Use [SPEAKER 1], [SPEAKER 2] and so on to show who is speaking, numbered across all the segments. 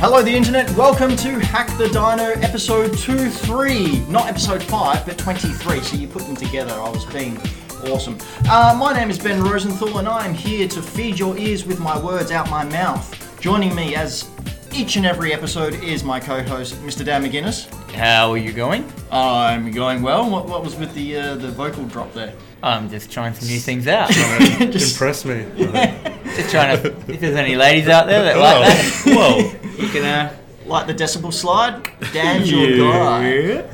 [SPEAKER 1] Hello, the internet. Welcome to Hack the Dino episode 2 3. Not episode 5, but 23. So you put them together. I was being awesome. Uh, my name is Ben Rosenthal, and I am here to feed your ears with my words out my mouth. Joining me as each and every episode is my co host, Mr. Dan McGuinness.
[SPEAKER 2] How are you going?
[SPEAKER 1] I'm going well. What, what was with the, uh, the vocal drop there?
[SPEAKER 2] I'm just trying some new things out.
[SPEAKER 1] Just-
[SPEAKER 3] Impress me.
[SPEAKER 2] just trying to. If there's any ladies out there that like that,
[SPEAKER 3] Whoa.
[SPEAKER 2] you can. Uh,
[SPEAKER 1] Like the decibel slide, Dan's your guy.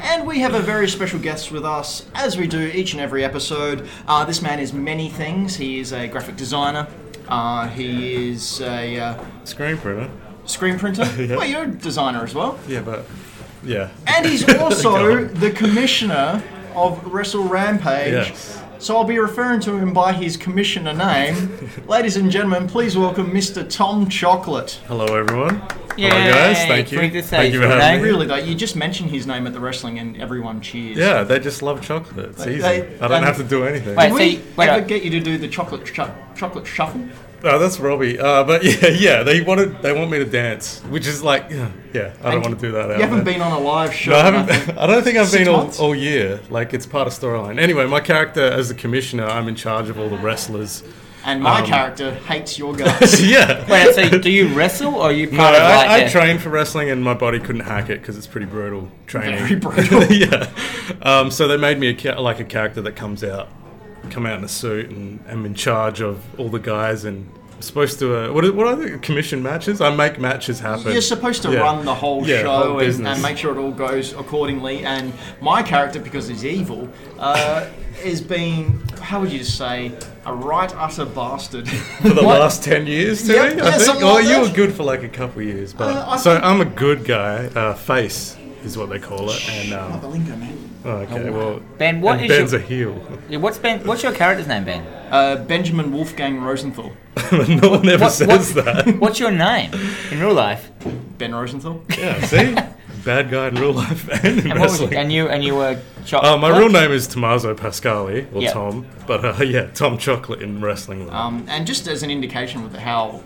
[SPEAKER 1] And we have a very special guest with us, as we do each and every episode. Uh, this man is many things. He is a graphic designer. Uh, he is a uh,
[SPEAKER 3] Screen printer.
[SPEAKER 1] screen printer. Well, you're a designer as well.
[SPEAKER 3] Yeah, but yeah.
[SPEAKER 1] And he's also the commissioner of Wrestle Rampage.
[SPEAKER 3] Yes.
[SPEAKER 1] So I'll be referring to him by his commissioner name. Ladies and gentlemen, please welcome Mr. Tom Chocolate.
[SPEAKER 3] Hello everyone.
[SPEAKER 2] Yay,
[SPEAKER 3] Hello guys. Thank you.
[SPEAKER 2] pretty good
[SPEAKER 3] Thank you for
[SPEAKER 2] stage,
[SPEAKER 3] having
[SPEAKER 2] right?
[SPEAKER 3] me.
[SPEAKER 1] Really, though, you just mentioned his name at the wrestling and everyone cheers.
[SPEAKER 3] Yeah, they just love chocolate. It's easy.
[SPEAKER 1] they-
[SPEAKER 3] I
[SPEAKER 1] and-
[SPEAKER 3] don't have to do anything.
[SPEAKER 2] Wait.
[SPEAKER 1] Did
[SPEAKER 2] So
[SPEAKER 1] we
[SPEAKER 2] you- wait,
[SPEAKER 1] ever
[SPEAKER 2] uh,
[SPEAKER 1] get you to do the chocolate shu- chocolate shuffle?
[SPEAKER 3] Oh, that's Robbie. Uh, but yeah, yeah, they wanted they want me to dance, which is like yeah, yeah I don't want to do that. out
[SPEAKER 1] You haven't
[SPEAKER 3] there.
[SPEAKER 1] been on a live show.
[SPEAKER 3] No, I
[SPEAKER 1] nothing.
[SPEAKER 3] haven't. I don't think I've
[SPEAKER 1] Six
[SPEAKER 3] been all,
[SPEAKER 1] months?
[SPEAKER 3] all year. Like it's part of storyline. Anyway, my character as the commissioner, I'm in charge of all the wrestlers.
[SPEAKER 1] And my
[SPEAKER 3] Um,
[SPEAKER 1] character hates your guts.
[SPEAKER 3] yeah.
[SPEAKER 2] wait, so do you wrestle or are you
[SPEAKER 3] No,
[SPEAKER 2] part of like
[SPEAKER 3] I, I
[SPEAKER 2] the-
[SPEAKER 3] trained for wrestling and my body couldn't hack it because it's pretty brutal training.
[SPEAKER 1] Very brutal.
[SPEAKER 3] yeah. Um, so they made me a, cha- like a character that comes out, come out in a suit, and I'm in charge of all the guys and I'm supposed to. Uh, what, are, what are the commission matches? I make matches happen.
[SPEAKER 1] You're supposed to
[SPEAKER 3] Yeah.
[SPEAKER 1] run the whole
[SPEAKER 3] Yeah,
[SPEAKER 1] show
[SPEAKER 3] whole
[SPEAKER 1] and,
[SPEAKER 3] business.
[SPEAKER 1] and make sure it all goes accordingly. And my character, because he's evil, uh, is being, how would you say, a right utter bastard.
[SPEAKER 3] for the last 10 years to
[SPEAKER 1] Yeah,
[SPEAKER 3] me,
[SPEAKER 1] yeah,
[SPEAKER 3] I think.
[SPEAKER 1] something
[SPEAKER 3] Oh,
[SPEAKER 1] like
[SPEAKER 3] you
[SPEAKER 1] that.
[SPEAKER 3] were good for like a couple of years, but
[SPEAKER 1] Uh, I
[SPEAKER 3] so
[SPEAKER 1] think-
[SPEAKER 3] I'm a good guy. Uh, face is what they call it, and
[SPEAKER 1] Not the
[SPEAKER 3] um,
[SPEAKER 1] lingo, man.
[SPEAKER 3] oh, okay, well,
[SPEAKER 2] Ben, what
[SPEAKER 3] and
[SPEAKER 2] is
[SPEAKER 3] Ben's
[SPEAKER 2] your-
[SPEAKER 3] a heel.
[SPEAKER 2] Yeah, What's Ben? What's your character's name, Ben?
[SPEAKER 1] Uh, Benjamin Wolfgang Rosenthal.
[SPEAKER 3] no one ever
[SPEAKER 2] What-
[SPEAKER 3] says
[SPEAKER 2] what-
[SPEAKER 3] that.
[SPEAKER 2] What's your name in real life?
[SPEAKER 1] Ben Rosenthal.
[SPEAKER 3] Yeah, see? Bad guy in real life and in
[SPEAKER 2] And, what was,
[SPEAKER 3] wrestling.
[SPEAKER 2] and you and you were. Cho-
[SPEAKER 3] uh, my
[SPEAKER 2] what?
[SPEAKER 3] real name is Tommaso Pascali, or
[SPEAKER 2] Yeah.
[SPEAKER 3] Tom, but uh, yeah, Tom Chocolate in wrestling. land.
[SPEAKER 1] Um, and just as an indication with how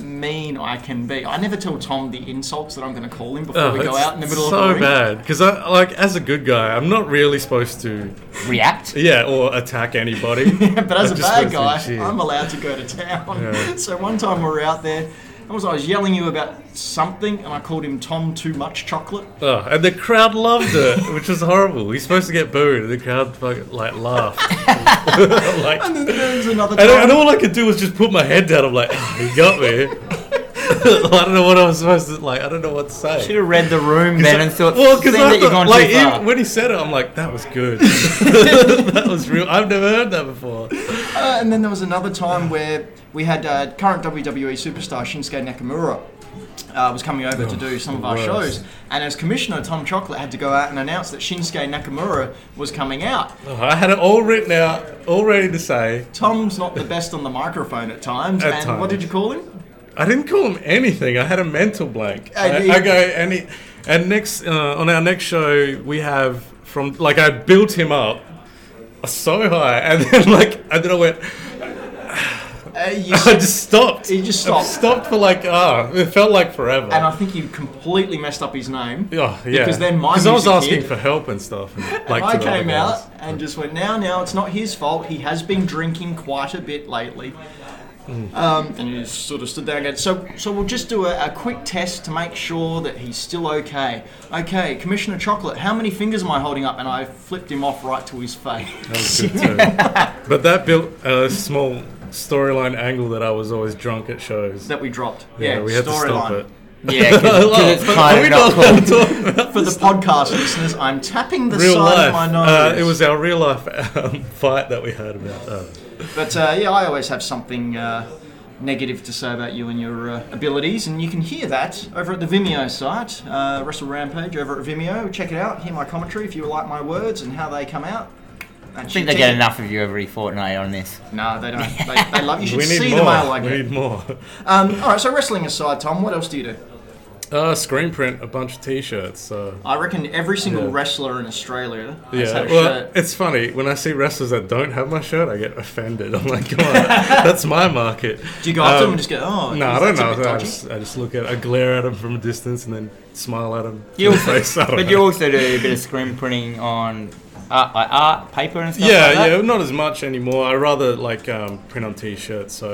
[SPEAKER 1] mean I can be, I never tell Tom the insults that I'm going to call him before
[SPEAKER 3] Oh,
[SPEAKER 1] we go
[SPEAKER 3] it's
[SPEAKER 1] out in the middle
[SPEAKER 3] so
[SPEAKER 1] of the ring.
[SPEAKER 3] bad because I like as a good guy, I'm not really supposed to,
[SPEAKER 2] React.
[SPEAKER 3] yeah, or attack anybody.
[SPEAKER 1] But as a
[SPEAKER 3] I'm just
[SPEAKER 1] bad guy,
[SPEAKER 3] supposed to cheer.
[SPEAKER 1] I'm allowed to go to town.
[SPEAKER 3] Yeah.
[SPEAKER 1] So one time we were out there, I was I was yelling you about something, and I called him Tom Too Much Chocolate.
[SPEAKER 3] Oh, and the crowd loved it, which was horrible. He's supposed to get booed, and the crowd fucking like laughed. like,
[SPEAKER 1] And
[SPEAKER 3] and,
[SPEAKER 1] then there was another
[SPEAKER 3] and
[SPEAKER 1] time.
[SPEAKER 3] all I could do was just put my head down. I'm like, "Oh, he got me. I don't know what I was supposed to like. I don't know what to say.
[SPEAKER 2] Should have read the room, Ben, and thought.
[SPEAKER 3] Well, because
[SPEAKER 2] seen that you've gone too
[SPEAKER 3] like
[SPEAKER 2] far.
[SPEAKER 3] even when he said it, I'm like, that was good. that was real. I've never heard that before.
[SPEAKER 1] Uh, and then there was another time where we had uh, current WWE superstar Shinsuke Nakamura. Uh, was coming over to do some of our
[SPEAKER 3] Oh, worst.
[SPEAKER 1] shows, and as commissioner, Tom Chocolate had to go out and announce that Shinsuke Nakamura was coming out.
[SPEAKER 3] Oh, I had it all written out, all ready to say.
[SPEAKER 1] Tom's not the best on the microphone at times,
[SPEAKER 3] At
[SPEAKER 1] and what
[SPEAKER 3] times.
[SPEAKER 1] did you call him?
[SPEAKER 3] I didn't call him anything. I had a mental blank.
[SPEAKER 1] I
[SPEAKER 3] I,
[SPEAKER 1] did.
[SPEAKER 3] I go and he, and next uh, on our next show we have from like I built him up so high, and then like and then I went.
[SPEAKER 1] Uh, you
[SPEAKER 3] I
[SPEAKER 1] said,
[SPEAKER 3] just stopped.
[SPEAKER 1] He just stopped.
[SPEAKER 3] I stopped for like ah, it felt like forever.
[SPEAKER 1] and I think you completely messed up his name.
[SPEAKER 3] Oh, yeah.
[SPEAKER 1] Because then my
[SPEAKER 3] 'Cause I was
[SPEAKER 1] music
[SPEAKER 3] asking
[SPEAKER 1] hit.
[SPEAKER 3] for help and stuff. and, like,
[SPEAKER 1] I
[SPEAKER 3] to the other
[SPEAKER 1] came
[SPEAKER 3] guys.
[SPEAKER 1] out and just went, now, now, it's not his fault. He has been drinking quite a bit lately.
[SPEAKER 3] Hmm.
[SPEAKER 1] Um, and he just sort of stood there and goes, so, so we'll just do a, a quick test to make sure that he's still okay. Okay, Commissioner Chocolate, how many fingers am I holding up? And I flipped him off right to his face.
[SPEAKER 3] That was good too. but that built a small storyline angle that I was always drunk at shows.
[SPEAKER 1] that we dropped. Yeah,
[SPEAKER 3] we had to stop
[SPEAKER 1] storyline.
[SPEAKER 3] it.
[SPEAKER 2] yeah, because it's kind
[SPEAKER 3] Are we
[SPEAKER 2] of not
[SPEAKER 3] not
[SPEAKER 2] cool.
[SPEAKER 3] allowed to talk about
[SPEAKER 1] For the podcast listeners, I'm tapping the
[SPEAKER 3] real
[SPEAKER 1] side
[SPEAKER 3] life?
[SPEAKER 1] of my
[SPEAKER 3] Uh,
[SPEAKER 1] nose.
[SPEAKER 3] it was our real life um, fight that we had about. Uh,
[SPEAKER 1] But uh, yeah, I always have something uh, negative to say about you and your uh, abilities, and you can hear that over at the Vimeo site, uh, Wrestle Rampage over at Vimeo. Check it out, hear my commentary if you like my words and how they come out.
[SPEAKER 2] I think they get enough of you every fortnight on this.
[SPEAKER 1] No, they don't. They, they love you.
[SPEAKER 3] we
[SPEAKER 1] Should see
[SPEAKER 3] need more.
[SPEAKER 1] the mail I
[SPEAKER 3] we
[SPEAKER 1] get.
[SPEAKER 3] need more.
[SPEAKER 1] Um, all right, so wrestling aside, Tom, what else do you do?
[SPEAKER 3] Uh, screen print a bunch of t-shirts. Uh,
[SPEAKER 1] I reckon every single
[SPEAKER 3] Yeah.
[SPEAKER 1] wrestler in Australia has
[SPEAKER 3] yeah,
[SPEAKER 1] had a
[SPEAKER 3] well,
[SPEAKER 1] shirt.
[SPEAKER 3] it's funny when I see wrestlers that don't have my shirt, I get offended. I'm like, God, that's my market.
[SPEAKER 1] Do you go up to them
[SPEAKER 3] Um,
[SPEAKER 1] and just go, oh,
[SPEAKER 3] No, I
[SPEAKER 1] geez,
[SPEAKER 3] don't
[SPEAKER 1] that's a
[SPEAKER 3] know.
[SPEAKER 1] bit
[SPEAKER 3] I
[SPEAKER 1] dodgy."
[SPEAKER 3] just, I just look at, I glare at them from a distance, and then smile at them.
[SPEAKER 2] You also,
[SPEAKER 3] face. I don't
[SPEAKER 2] but
[SPEAKER 3] know.
[SPEAKER 2] you also do a bit of screen printing on art, like art paper and stuff.
[SPEAKER 3] yeah,
[SPEAKER 2] like that?
[SPEAKER 3] yeah, not as much anymore. I rather like um, print on T-shirts. So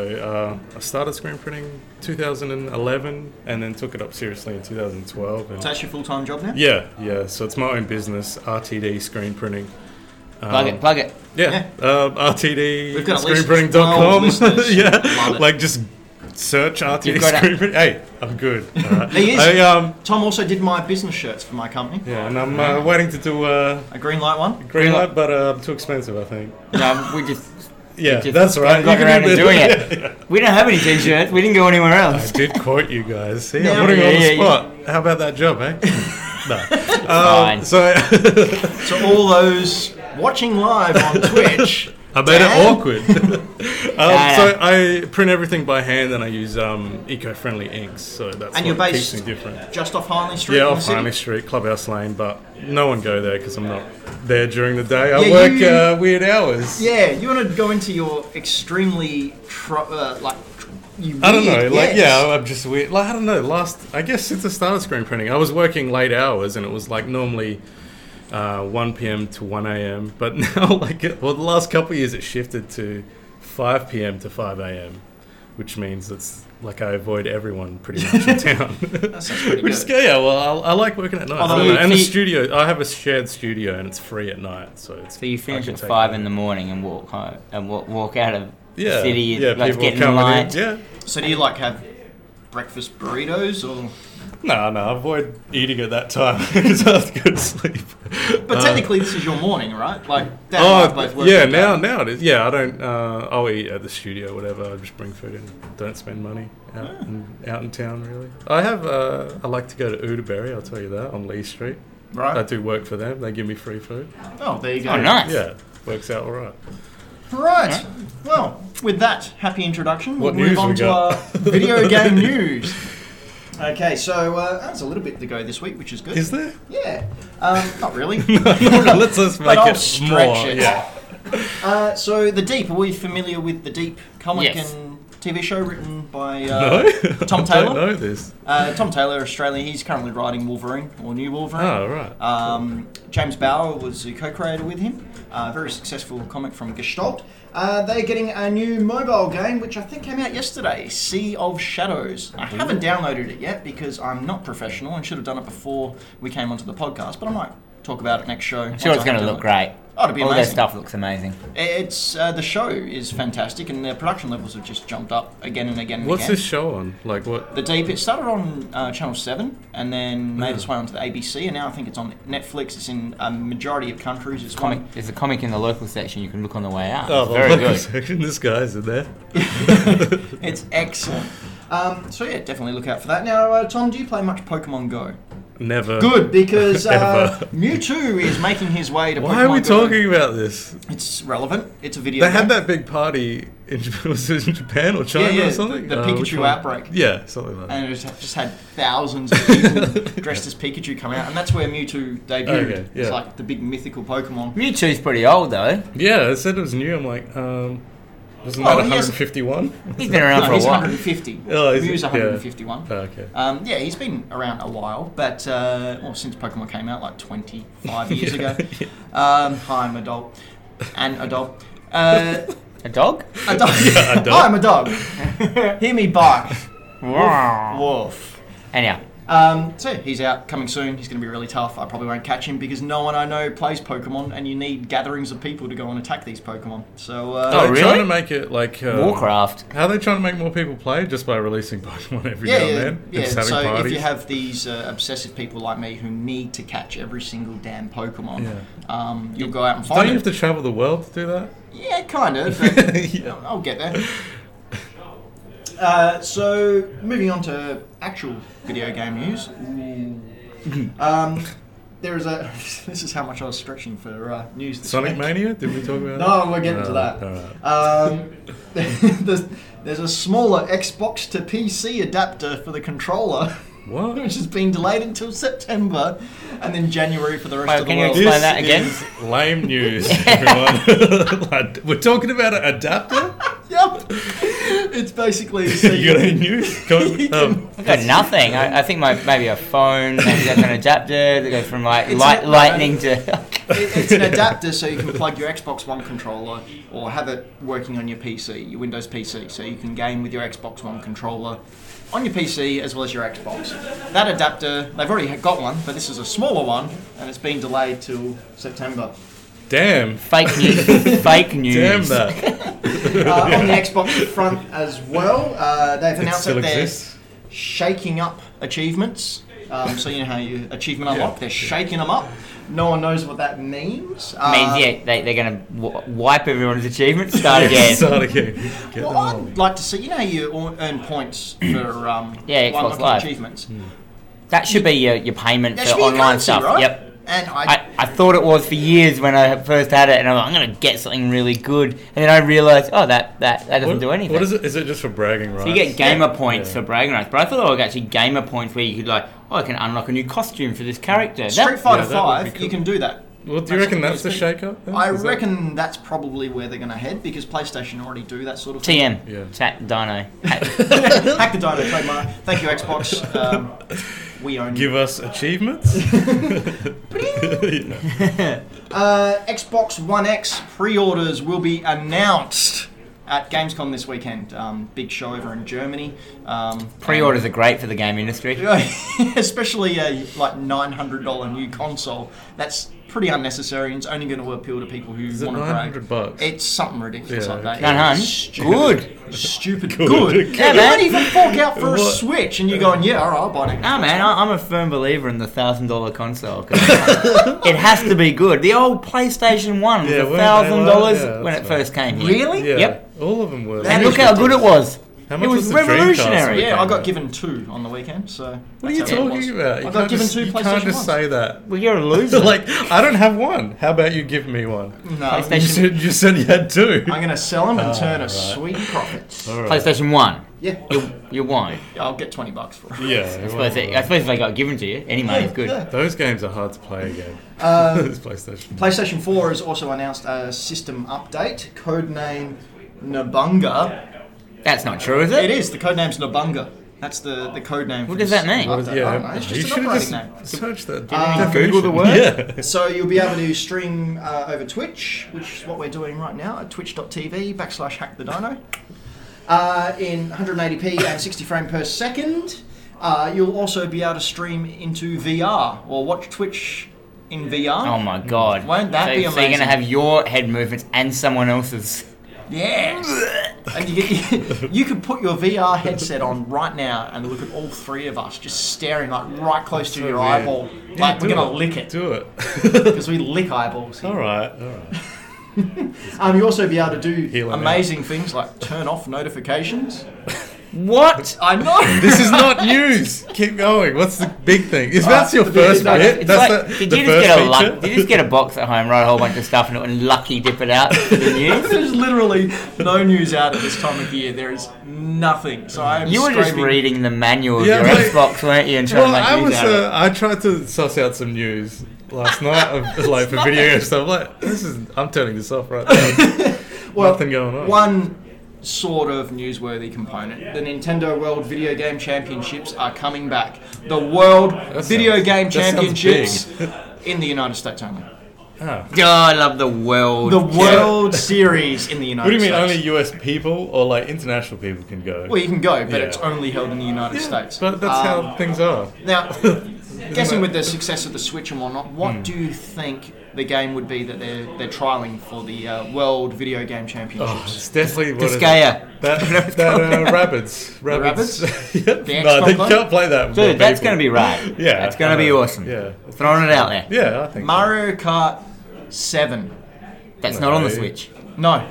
[SPEAKER 3] uh, I started screen printing 2011, and then took it up seriously in 2012. And
[SPEAKER 1] It's actually a full time job now?
[SPEAKER 3] yeah, yeah. So it's my own business, RTD Screen Printing. Um,
[SPEAKER 2] Plug it, plug it.
[SPEAKER 3] Yeah, Um, RTD
[SPEAKER 1] We've got at least 12
[SPEAKER 3] screenprinting.com.
[SPEAKER 1] listeners. Love
[SPEAKER 3] yeah,
[SPEAKER 1] it.
[SPEAKER 3] like just search RTD
[SPEAKER 2] You've got a-
[SPEAKER 3] Screen Printing. Hey, I'm good. Alright.
[SPEAKER 1] He is.
[SPEAKER 3] I, um,
[SPEAKER 1] Tom also did my business shirts for my company.
[SPEAKER 3] yeah, and I'm uh, waiting to do uh,
[SPEAKER 1] A green light one.
[SPEAKER 3] green light, but uh, too expensive, I think.
[SPEAKER 2] No, we just
[SPEAKER 3] Yeah,
[SPEAKER 2] just
[SPEAKER 3] that's right.
[SPEAKER 2] got
[SPEAKER 3] can
[SPEAKER 2] around
[SPEAKER 3] do
[SPEAKER 2] to doing
[SPEAKER 3] that.
[SPEAKER 2] it. we don't have any t-shirts. We didn't go anywhere
[SPEAKER 3] I
[SPEAKER 2] else.
[SPEAKER 3] did quote you guys. See,
[SPEAKER 1] Yeah,
[SPEAKER 3] I'm putting you on
[SPEAKER 2] yeah,
[SPEAKER 3] the
[SPEAKER 2] yeah,
[SPEAKER 3] spot. How about that job, eh? no. Um,
[SPEAKER 2] Fine.
[SPEAKER 3] so
[SPEAKER 1] So all those watching live on Twitch.
[SPEAKER 3] I made it
[SPEAKER 1] Dan?
[SPEAKER 3] awkward. um,
[SPEAKER 2] Nah,
[SPEAKER 3] so I print everything by hand, and I use um, eco-friendly inks. So
[SPEAKER 1] And
[SPEAKER 3] that's what
[SPEAKER 1] you're
[SPEAKER 3] keeps me
[SPEAKER 1] based-
[SPEAKER 3] different.
[SPEAKER 1] Just off Harley Street.
[SPEAKER 3] Yeah,
[SPEAKER 1] in the
[SPEAKER 3] off
[SPEAKER 1] city.
[SPEAKER 3] Harney Street, Clubhouse Lane, but no one go there because I'm not there during the day. I
[SPEAKER 1] Yeah,
[SPEAKER 3] work
[SPEAKER 1] you-
[SPEAKER 3] uh, weird hours.
[SPEAKER 1] Yeah, you want to go into your extremely tro- uh, like tr- you.
[SPEAKER 3] I don't know,
[SPEAKER 1] weird-
[SPEAKER 3] like
[SPEAKER 1] yes.
[SPEAKER 3] yeah, I'm just weird. Like I don't know. Last, I guess since the start of screen printing, I was working late hours, and it was like normally uh, 1 p.m. to 1 a.m. But now, like, it- well, the last couple of years, it shifted to 5 p.m. to 5 a.m., which means it's like I avoid everyone pretty much in town.
[SPEAKER 1] sounds pretty
[SPEAKER 3] Which is
[SPEAKER 1] good.
[SPEAKER 3] good. Yeah, well, I, I like working at night. I
[SPEAKER 1] Although
[SPEAKER 3] don't
[SPEAKER 1] Oh, you
[SPEAKER 3] know. And the
[SPEAKER 2] keep-
[SPEAKER 3] studio, I have a shared studio, and it's free at night, so it's.
[SPEAKER 2] So you finish
[SPEAKER 3] I can
[SPEAKER 2] at
[SPEAKER 3] take
[SPEAKER 2] five
[SPEAKER 3] that.
[SPEAKER 2] in the morning and walk home and walk, walk out of
[SPEAKER 3] yeah,
[SPEAKER 2] the city.
[SPEAKER 3] Yeah,
[SPEAKER 2] like
[SPEAKER 3] people
[SPEAKER 2] get in the
[SPEAKER 3] coming
[SPEAKER 2] light.
[SPEAKER 3] Yeah.
[SPEAKER 1] So do you like have breakfast burritos
[SPEAKER 3] Uh,
[SPEAKER 1] or?
[SPEAKER 3] No, no, avoid eating at that time because I have to go to sleep.
[SPEAKER 1] But
[SPEAKER 3] Uh,
[SPEAKER 1] technically, this is your morning, right? Like Dan and I
[SPEAKER 3] Oh
[SPEAKER 1] both work
[SPEAKER 3] yeah,
[SPEAKER 1] all day.
[SPEAKER 3] now now it is. Yeah, I don't. Uh, I'll eat at the studio, whatever. I just bring food in. Don't spend money out,
[SPEAKER 1] Ah.
[SPEAKER 3] in, out in town. Really, I have. Uh, I like to go to Udaberry. I'll tell you that on Lee Street. I
[SPEAKER 1] Right.
[SPEAKER 3] do work for them. They give me free food.
[SPEAKER 1] Oh, there you go.
[SPEAKER 2] Oh, nice.
[SPEAKER 3] Yeah, works out all right.
[SPEAKER 1] Right. Well, with that happy introduction, we'll
[SPEAKER 3] What
[SPEAKER 1] move
[SPEAKER 3] news
[SPEAKER 1] on
[SPEAKER 3] we
[SPEAKER 1] to
[SPEAKER 3] got?
[SPEAKER 1] our video game news. Okay, so uh, that's a little bit to go this week, which is good.
[SPEAKER 3] Is there?
[SPEAKER 1] Yeah. Um, not really.
[SPEAKER 3] Let's just
[SPEAKER 1] But
[SPEAKER 3] make
[SPEAKER 1] I'll
[SPEAKER 3] it
[SPEAKER 1] stretch
[SPEAKER 3] more.
[SPEAKER 1] it.
[SPEAKER 3] Yeah.
[SPEAKER 1] Uh, so the Deep. Are we familiar with the Deep comic
[SPEAKER 2] Yes.
[SPEAKER 1] and TV show written by
[SPEAKER 3] No,
[SPEAKER 1] uh, Tom
[SPEAKER 3] I
[SPEAKER 1] Taylor?
[SPEAKER 3] don't know this.
[SPEAKER 1] uh, Tom Taylor, Australian? He's currently writing Wolverine or New Wolverine.
[SPEAKER 3] Oh right.
[SPEAKER 1] Um, James Bauer was the co-creator with him. Uh, very successful comic from Gestalt. Uh, they're getting a new mobile game, which I think came out yesterday, Sea of Shadows. I haven't downloaded it yet because I'm not professional and should have done it before we came onto the podcast. But I might talk about it next show.
[SPEAKER 2] I'm sure it's going to look great.
[SPEAKER 1] Oh, it'll be
[SPEAKER 2] All
[SPEAKER 1] amazing.
[SPEAKER 2] that stuff looks amazing.
[SPEAKER 1] It's uh, the show is fantastic, and the production levels have just jumped up again and again. And
[SPEAKER 3] What's
[SPEAKER 1] again.
[SPEAKER 3] this show on? Like what?
[SPEAKER 1] The Deep. It started on uh, Channel Seven, and then made
[SPEAKER 3] Mm.
[SPEAKER 1] its way onto the ABC, and now I think it's on Netflix. It's in a majority of countries. It's
[SPEAKER 2] Comic,
[SPEAKER 1] coming.
[SPEAKER 2] there's a comic in the local section you can look on the way out.
[SPEAKER 3] Mm. Oh,
[SPEAKER 2] it's
[SPEAKER 3] the
[SPEAKER 2] very
[SPEAKER 3] local
[SPEAKER 2] good.
[SPEAKER 3] section. This guy's in there.
[SPEAKER 1] It's excellent. Um, so yeah, definitely look out for that. Now, uh, Tom, do you play much Pokemon Go?
[SPEAKER 3] Never.
[SPEAKER 1] Good, because uh,
[SPEAKER 3] Ever.
[SPEAKER 1] Mewtwo is making his way to.
[SPEAKER 3] Why are we
[SPEAKER 1] Pokemon Go.
[SPEAKER 3] talking about this?
[SPEAKER 1] It's relevant. It's a video.
[SPEAKER 3] They
[SPEAKER 1] game.
[SPEAKER 3] had that big party in Japan, was it in Japan or China
[SPEAKER 1] Yeah, yeah,
[SPEAKER 3] or something. Uh,
[SPEAKER 1] the- the
[SPEAKER 3] which
[SPEAKER 1] Pikachu
[SPEAKER 3] one?
[SPEAKER 1] outbreak.
[SPEAKER 3] Yeah, something like that.
[SPEAKER 1] and it just, just had thousands of people dressed as Pikachu come out, and that's where Mewtwo debuted.
[SPEAKER 3] Okay,
[SPEAKER 1] It's
[SPEAKER 3] yeah.
[SPEAKER 1] like the big mythical Pokemon.
[SPEAKER 2] Mewtwo's pretty old though.
[SPEAKER 3] Yeah, I said it was new. I'm like, um, wasn't
[SPEAKER 1] Oh,
[SPEAKER 3] that
[SPEAKER 1] he has-
[SPEAKER 3] 151?
[SPEAKER 2] He's been around
[SPEAKER 1] No,
[SPEAKER 2] for a
[SPEAKER 1] he's
[SPEAKER 2] while.
[SPEAKER 1] 150.
[SPEAKER 3] Oh, is he?
[SPEAKER 1] Mew's
[SPEAKER 3] Yeah.
[SPEAKER 1] 151.
[SPEAKER 3] Oh, okay.
[SPEAKER 1] Um, yeah, he's been around a while, but uh, well, since Pokemon came out, like 25 years
[SPEAKER 3] Yeah,
[SPEAKER 1] ago. Um, hi, I'm adult. And adult. Uh,
[SPEAKER 2] A dog?
[SPEAKER 1] a dog.
[SPEAKER 3] Yeah, a dog.
[SPEAKER 1] I'm a dog. Hear me bark.
[SPEAKER 2] Wow.
[SPEAKER 1] Woof.
[SPEAKER 2] Anyhow,
[SPEAKER 1] Um, so yeah, he's out coming soon. He's going to be really tough. I probably won't catch him because no one I know plays Pokemon, and you need gatherings of people to go and attack these Pokemon. So uh,
[SPEAKER 2] Oh,
[SPEAKER 3] Are they
[SPEAKER 2] really?
[SPEAKER 3] Trying to make it like uh,
[SPEAKER 2] Warcraft.
[SPEAKER 3] How are they trying to make more people play just by releasing Pokemon every
[SPEAKER 1] yeah,
[SPEAKER 3] now and
[SPEAKER 1] yeah,
[SPEAKER 3] then?
[SPEAKER 1] yeah.
[SPEAKER 3] And just having
[SPEAKER 1] So
[SPEAKER 3] parties.
[SPEAKER 1] if you have these uh, obsessive people like me who need to catch every single damn Pokemon,
[SPEAKER 3] Yeah.
[SPEAKER 1] um, you'll go out and
[SPEAKER 3] Don't
[SPEAKER 1] find
[SPEAKER 3] you
[SPEAKER 1] them.
[SPEAKER 3] have to travel the world to do that?
[SPEAKER 1] Yeah, kind of. But
[SPEAKER 3] Yeah.
[SPEAKER 1] I'll get there. Uh, so, moving on to actual video game news. Um, there is a. This is how much I was stretching for uh, news. This
[SPEAKER 3] Sonic
[SPEAKER 1] week.
[SPEAKER 3] Mania? Did we talk about that?
[SPEAKER 1] No, we're getting to
[SPEAKER 3] Alright,
[SPEAKER 1] that.
[SPEAKER 3] alright.
[SPEAKER 1] Um, there's, there's a smaller Xbox to PC adapter for the controller.
[SPEAKER 3] What?
[SPEAKER 1] which is being delayed until September, and then January for the rest of
[SPEAKER 2] Wait,
[SPEAKER 1] the
[SPEAKER 2] can you
[SPEAKER 1] world.
[SPEAKER 2] Explain that again.
[SPEAKER 3] is lame news, everyone. Like, We're talking about an adapter.
[SPEAKER 1] Yep. It's basically so
[SPEAKER 3] you got any news?
[SPEAKER 1] You
[SPEAKER 3] Go-
[SPEAKER 1] can-
[SPEAKER 3] um,
[SPEAKER 2] I've got nothing. I, I think my maybe a phone, maybe like an adapter that goes from like
[SPEAKER 1] It's
[SPEAKER 2] light,
[SPEAKER 1] not-
[SPEAKER 2] lightning to.
[SPEAKER 1] it- it's an adapter so you can plug your Xbox One controller or have it working on your PC, your Windows PC, so you can game with your Xbox One controller on your PC as well as your Xbox. That adapter, they've already had- got one, but this is a smaller one and it's been delayed till September.
[SPEAKER 3] damn.
[SPEAKER 2] Fake news. Fake news.
[SPEAKER 3] Damn that.
[SPEAKER 1] Uh, on the Xbox front as well, uh, they've
[SPEAKER 3] It
[SPEAKER 1] announced
[SPEAKER 3] still
[SPEAKER 1] that they're
[SPEAKER 3] exists.
[SPEAKER 1] shaking up achievements. Um, so you know how you achievement
[SPEAKER 3] Yeah.
[SPEAKER 1] unlock, they're shaking them up. No one knows what that means. Uh,
[SPEAKER 2] I mean, yeah, they, they're going to w- wipe everyone's achievements. Start again.
[SPEAKER 3] Start again. Get them
[SPEAKER 1] Well,
[SPEAKER 3] all.
[SPEAKER 1] I'd like to see. You know, how you ear- earn points for um,
[SPEAKER 2] Yeah, Xbox
[SPEAKER 1] unlocking
[SPEAKER 2] Live.
[SPEAKER 1] achievements.
[SPEAKER 2] That should be your, your payment
[SPEAKER 1] That
[SPEAKER 2] for
[SPEAKER 1] should be your
[SPEAKER 2] online
[SPEAKER 1] currency,
[SPEAKER 2] stuff.
[SPEAKER 1] right?
[SPEAKER 2] Yep.
[SPEAKER 1] And I,
[SPEAKER 2] I, I thought it was for years when I first had it, and I'm like, I'm going to get something really good. And then I realised, oh, that, that, that doesn't
[SPEAKER 3] What-
[SPEAKER 2] do anything.
[SPEAKER 3] What is it? Is it just for bragging rights?
[SPEAKER 2] So you get gamer points
[SPEAKER 3] Yeah.
[SPEAKER 2] for bragging rights, but I thought there were actually gamer points where you could like, oh, I can unlock a new costume for this character.
[SPEAKER 1] Street
[SPEAKER 2] That,
[SPEAKER 1] Fighter
[SPEAKER 3] yeah, that would be
[SPEAKER 1] Five, you
[SPEAKER 3] cool.
[SPEAKER 1] can do that.
[SPEAKER 3] Well, do you reckon that's the shake-up? then?
[SPEAKER 1] I
[SPEAKER 3] Is that-
[SPEAKER 1] reckon that's probably where they're going to head because PlayStation already do that sort of thing.
[SPEAKER 2] TM.
[SPEAKER 3] Yeah.
[SPEAKER 2] Chat Dino.
[SPEAKER 1] Hack the Dino trademark. Thank you, Xbox. Um, we own you.
[SPEAKER 3] give us achievements. Yeah.
[SPEAKER 1] Uh, Xbox One X pre-orders will be announced at Gamescom this weekend. Um, big show over in Germany. Um,
[SPEAKER 2] Pre-orders are great for the game industry.
[SPEAKER 1] especially a like nine hundred dollar new console. That's pretty unnecessary and it's only going to appeal to people who
[SPEAKER 3] Is it
[SPEAKER 1] want to
[SPEAKER 3] nine hundred
[SPEAKER 1] brag.
[SPEAKER 3] bucks?
[SPEAKER 1] It's something ridiculous
[SPEAKER 3] Yeah,
[SPEAKER 1] like that.
[SPEAKER 2] Nine
[SPEAKER 1] It's
[SPEAKER 2] hundred.
[SPEAKER 1] Stupid.
[SPEAKER 2] Good.
[SPEAKER 1] Stupid. Good.
[SPEAKER 3] Good.
[SPEAKER 1] Yeah,
[SPEAKER 2] Good.
[SPEAKER 1] you might even fork out for a
[SPEAKER 3] What?
[SPEAKER 1] Switch, and you're going, yeah, all right, I'll buy it.
[SPEAKER 2] Nah, man, I, I'm a firm believer in the thousand dollar console. 'cause it has to be good. The old PlayStation One was
[SPEAKER 3] Yeah,
[SPEAKER 2] a
[SPEAKER 3] weren't they
[SPEAKER 2] thousand dollars
[SPEAKER 3] like- yeah,
[SPEAKER 2] when it
[SPEAKER 3] that's
[SPEAKER 2] first came here.
[SPEAKER 1] Really?
[SPEAKER 3] Yeah.
[SPEAKER 2] Yep.
[SPEAKER 3] All of them were.
[SPEAKER 1] That
[SPEAKER 2] And
[SPEAKER 1] is
[SPEAKER 2] look how good it was.
[SPEAKER 3] How
[SPEAKER 2] it
[SPEAKER 3] much
[SPEAKER 2] was
[SPEAKER 3] was the Dreamcast?
[SPEAKER 2] revolutionary.
[SPEAKER 1] Yeah, I got given two on the weekend. So
[SPEAKER 3] What are you
[SPEAKER 1] that's how it
[SPEAKER 3] talking
[SPEAKER 1] was.
[SPEAKER 3] about?
[SPEAKER 1] I
[SPEAKER 3] You
[SPEAKER 1] got
[SPEAKER 3] can't
[SPEAKER 1] given
[SPEAKER 3] just,
[SPEAKER 1] two
[SPEAKER 3] you
[SPEAKER 1] PlayStation
[SPEAKER 3] can't just
[SPEAKER 1] ones.
[SPEAKER 3] say that.
[SPEAKER 2] Well, you're a loser.
[SPEAKER 3] like, I don't have one. How about you give me one?
[SPEAKER 1] No,
[SPEAKER 2] PlayStation-
[SPEAKER 3] You said you, said you had two.
[SPEAKER 1] I'm going to sell them and turn a
[SPEAKER 3] Oh, right.
[SPEAKER 1] sweet profit.
[SPEAKER 3] All right.
[SPEAKER 2] PlayStation One.
[SPEAKER 1] Yeah,
[SPEAKER 2] You won't.
[SPEAKER 1] I'll get twenty bucks for it.
[SPEAKER 3] Yeah.
[SPEAKER 2] I
[SPEAKER 3] it
[SPEAKER 2] suppose,
[SPEAKER 3] was,
[SPEAKER 2] it-
[SPEAKER 3] uh,
[SPEAKER 2] I suppose if they got given to you, any money's good.
[SPEAKER 1] Yeah.
[SPEAKER 3] Those games are hard to play again. It's PlayStation.
[SPEAKER 1] PlayStation 4 has also announced a system update, codename Nabunga.
[SPEAKER 2] That's not true, is it?
[SPEAKER 1] It is, the codename's Nabunga. That's the, the codename's
[SPEAKER 2] What does that mean?
[SPEAKER 3] What is-
[SPEAKER 1] Update. I
[SPEAKER 3] yeah,
[SPEAKER 1] don't know, it's
[SPEAKER 3] you
[SPEAKER 1] just an
[SPEAKER 3] should
[SPEAKER 1] operating
[SPEAKER 3] have
[SPEAKER 1] name.
[SPEAKER 3] just searched that.
[SPEAKER 1] Um,
[SPEAKER 2] Google the word?
[SPEAKER 3] Yeah.
[SPEAKER 1] So you'll be able to stream uh, over Twitch, which is what we're doing right now at twitch.tv backslash hack the dino. Uh, in 180p and 60 frames per second. Uh, you'll also be able to stream into VR or watch Twitch in VR.
[SPEAKER 2] Oh my god.
[SPEAKER 1] Won't that
[SPEAKER 2] so,
[SPEAKER 1] be
[SPEAKER 2] So you're going to
[SPEAKER 1] amazing?
[SPEAKER 2] have your head movements and someone else's.
[SPEAKER 1] Yes. and you, get, you could put your VR headset on right now and look at all three of us just staring like right close to your
[SPEAKER 3] weird.
[SPEAKER 1] eyeball.
[SPEAKER 3] Yeah,
[SPEAKER 1] like we're
[SPEAKER 3] do
[SPEAKER 1] gonna lick it
[SPEAKER 3] Do it.
[SPEAKER 1] because we lick eyeballs. Here.
[SPEAKER 3] all right. All right.
[SPEAKER 1] Um, you also be able to do
[SPEAKER 3] Heal 'em
[SPEAKER 1] amazing things like turn off notifications.
[SPEAKER 2] What?
[SPEAKER 1] I know.
[SPEAKER 3] This is not news. Keep going. What's the big thing? Is that's your
[SPEAKER 1] the big-
[SPEAKER 3] first
[SPEAKER 1] no,
[SPEAKER 3] bit?
[SPEAKER 2] It's
[SPEAKER 3] That's
[SPEAKER 2] like,
[SPEAKER 3] the,
[SPEAKER 2] did,
[SPEAKER 3] the
[SPEAKER 2] you just
[SPEAKER 3] first
[SPEAKER 2] get a luck,
[SPEAKER 3] feature?
[SPEAKER 2] did you just get a box at home, write a whole bunch of stuff, and, and lucky dip it out for the news?
[SPEAKER 1] There's literally no news out at this time of year. There is nothing. So I'm
[SPEAKER 2] You were just
[SPEAKER 1] screaming-
[SPEAKER 2] reading the manual of
[SPEAKER 3] Yeah,
[SPEAKER 2] your
[SPEAKER 3] like-
[SPEAKER 2] Xbox, weren't you, and trying
[SPEAKER 3] Well, I
[SPEAKER 2] to make
[SPEAKER 3] was.
[SPEAKER 2] news out of it.
[SPEAKER 3] Uh, I tried to suss out some news last night, of, like for video and stuff. Like this is. I'm turning this off right now.
[SPEAKER 1] Well,
[SPEAKER 3] Nothing going on.
[SPEAKER 1] One sort of newsworthy component. The Nintendo World Video Game Championships are coming back. The World
[SPEAKER 3] sounds-
[SPEAKER 1] Video Game
[SPEAKER 3] that sounds
[SPEAKER 1] Championships in the United States only.
[SPEAKER 3] Ah.
[SPEAKER 2] Oh, I love the world.
[SPEAKER 1] The World Series in the United
[SPEAKER 3] What do you mean?
[SPEAKER 1] States.
[SPEAKER 3] Only U.S. people or like international people can go?
[SPEAKER 1] well, you can go, but
[SPEAKER 3] Yeah.
[SPEAKER 1] it's only held in the United States.
[SPEAKER 3] But that's
[SPEAKER 1] Um,
[SPEAKER 3] how things are.
[SPEAKER 1] Now, guessing with the success of the Switch and whatnot,
[SPEAKER 3] Hmm.
[SPEAKER 1] what do you think the game would be that they're they're trialing for the uh, World Video Game
[SPEAKER 3] Oh,
[SPEAKER 1] Championships?
[SPEAKER 3] it's definitely what is it?
[SPEAKER 2] Disgaea.
[SPEAKER 3] That, that uh, rabbits, rabbits. yep.
[SPEAKER 1] The
[SPEAKER 3] No, they
[SPEAKER 1] Xbox one?
[SPEAKER 3] can't play that. with more
[SPEAKER 2] Dude, that's
[SPEAKER 3] people.
[SPEAKER 2] going to be right.
[SPEAKER 3] Yeah,
[SPEAKER 2] That's going
[SPEAKER 3] I
[SPEAKER 2] to be
[SPEAKER 3] know.
[SPEAKER 2] awesome.
[SPEAKER 3] Yeah,
[SPEAKER 2] Throwing it out there.
[SPEAKER 3] yeah, I think.
[SPEAKER 1] Mario Kart Seven.
[SPEAKER 2] That's not on the
[SPEAKER 3] No.
[SPEAKER 2] Switch.
[SPEAKER 1] No,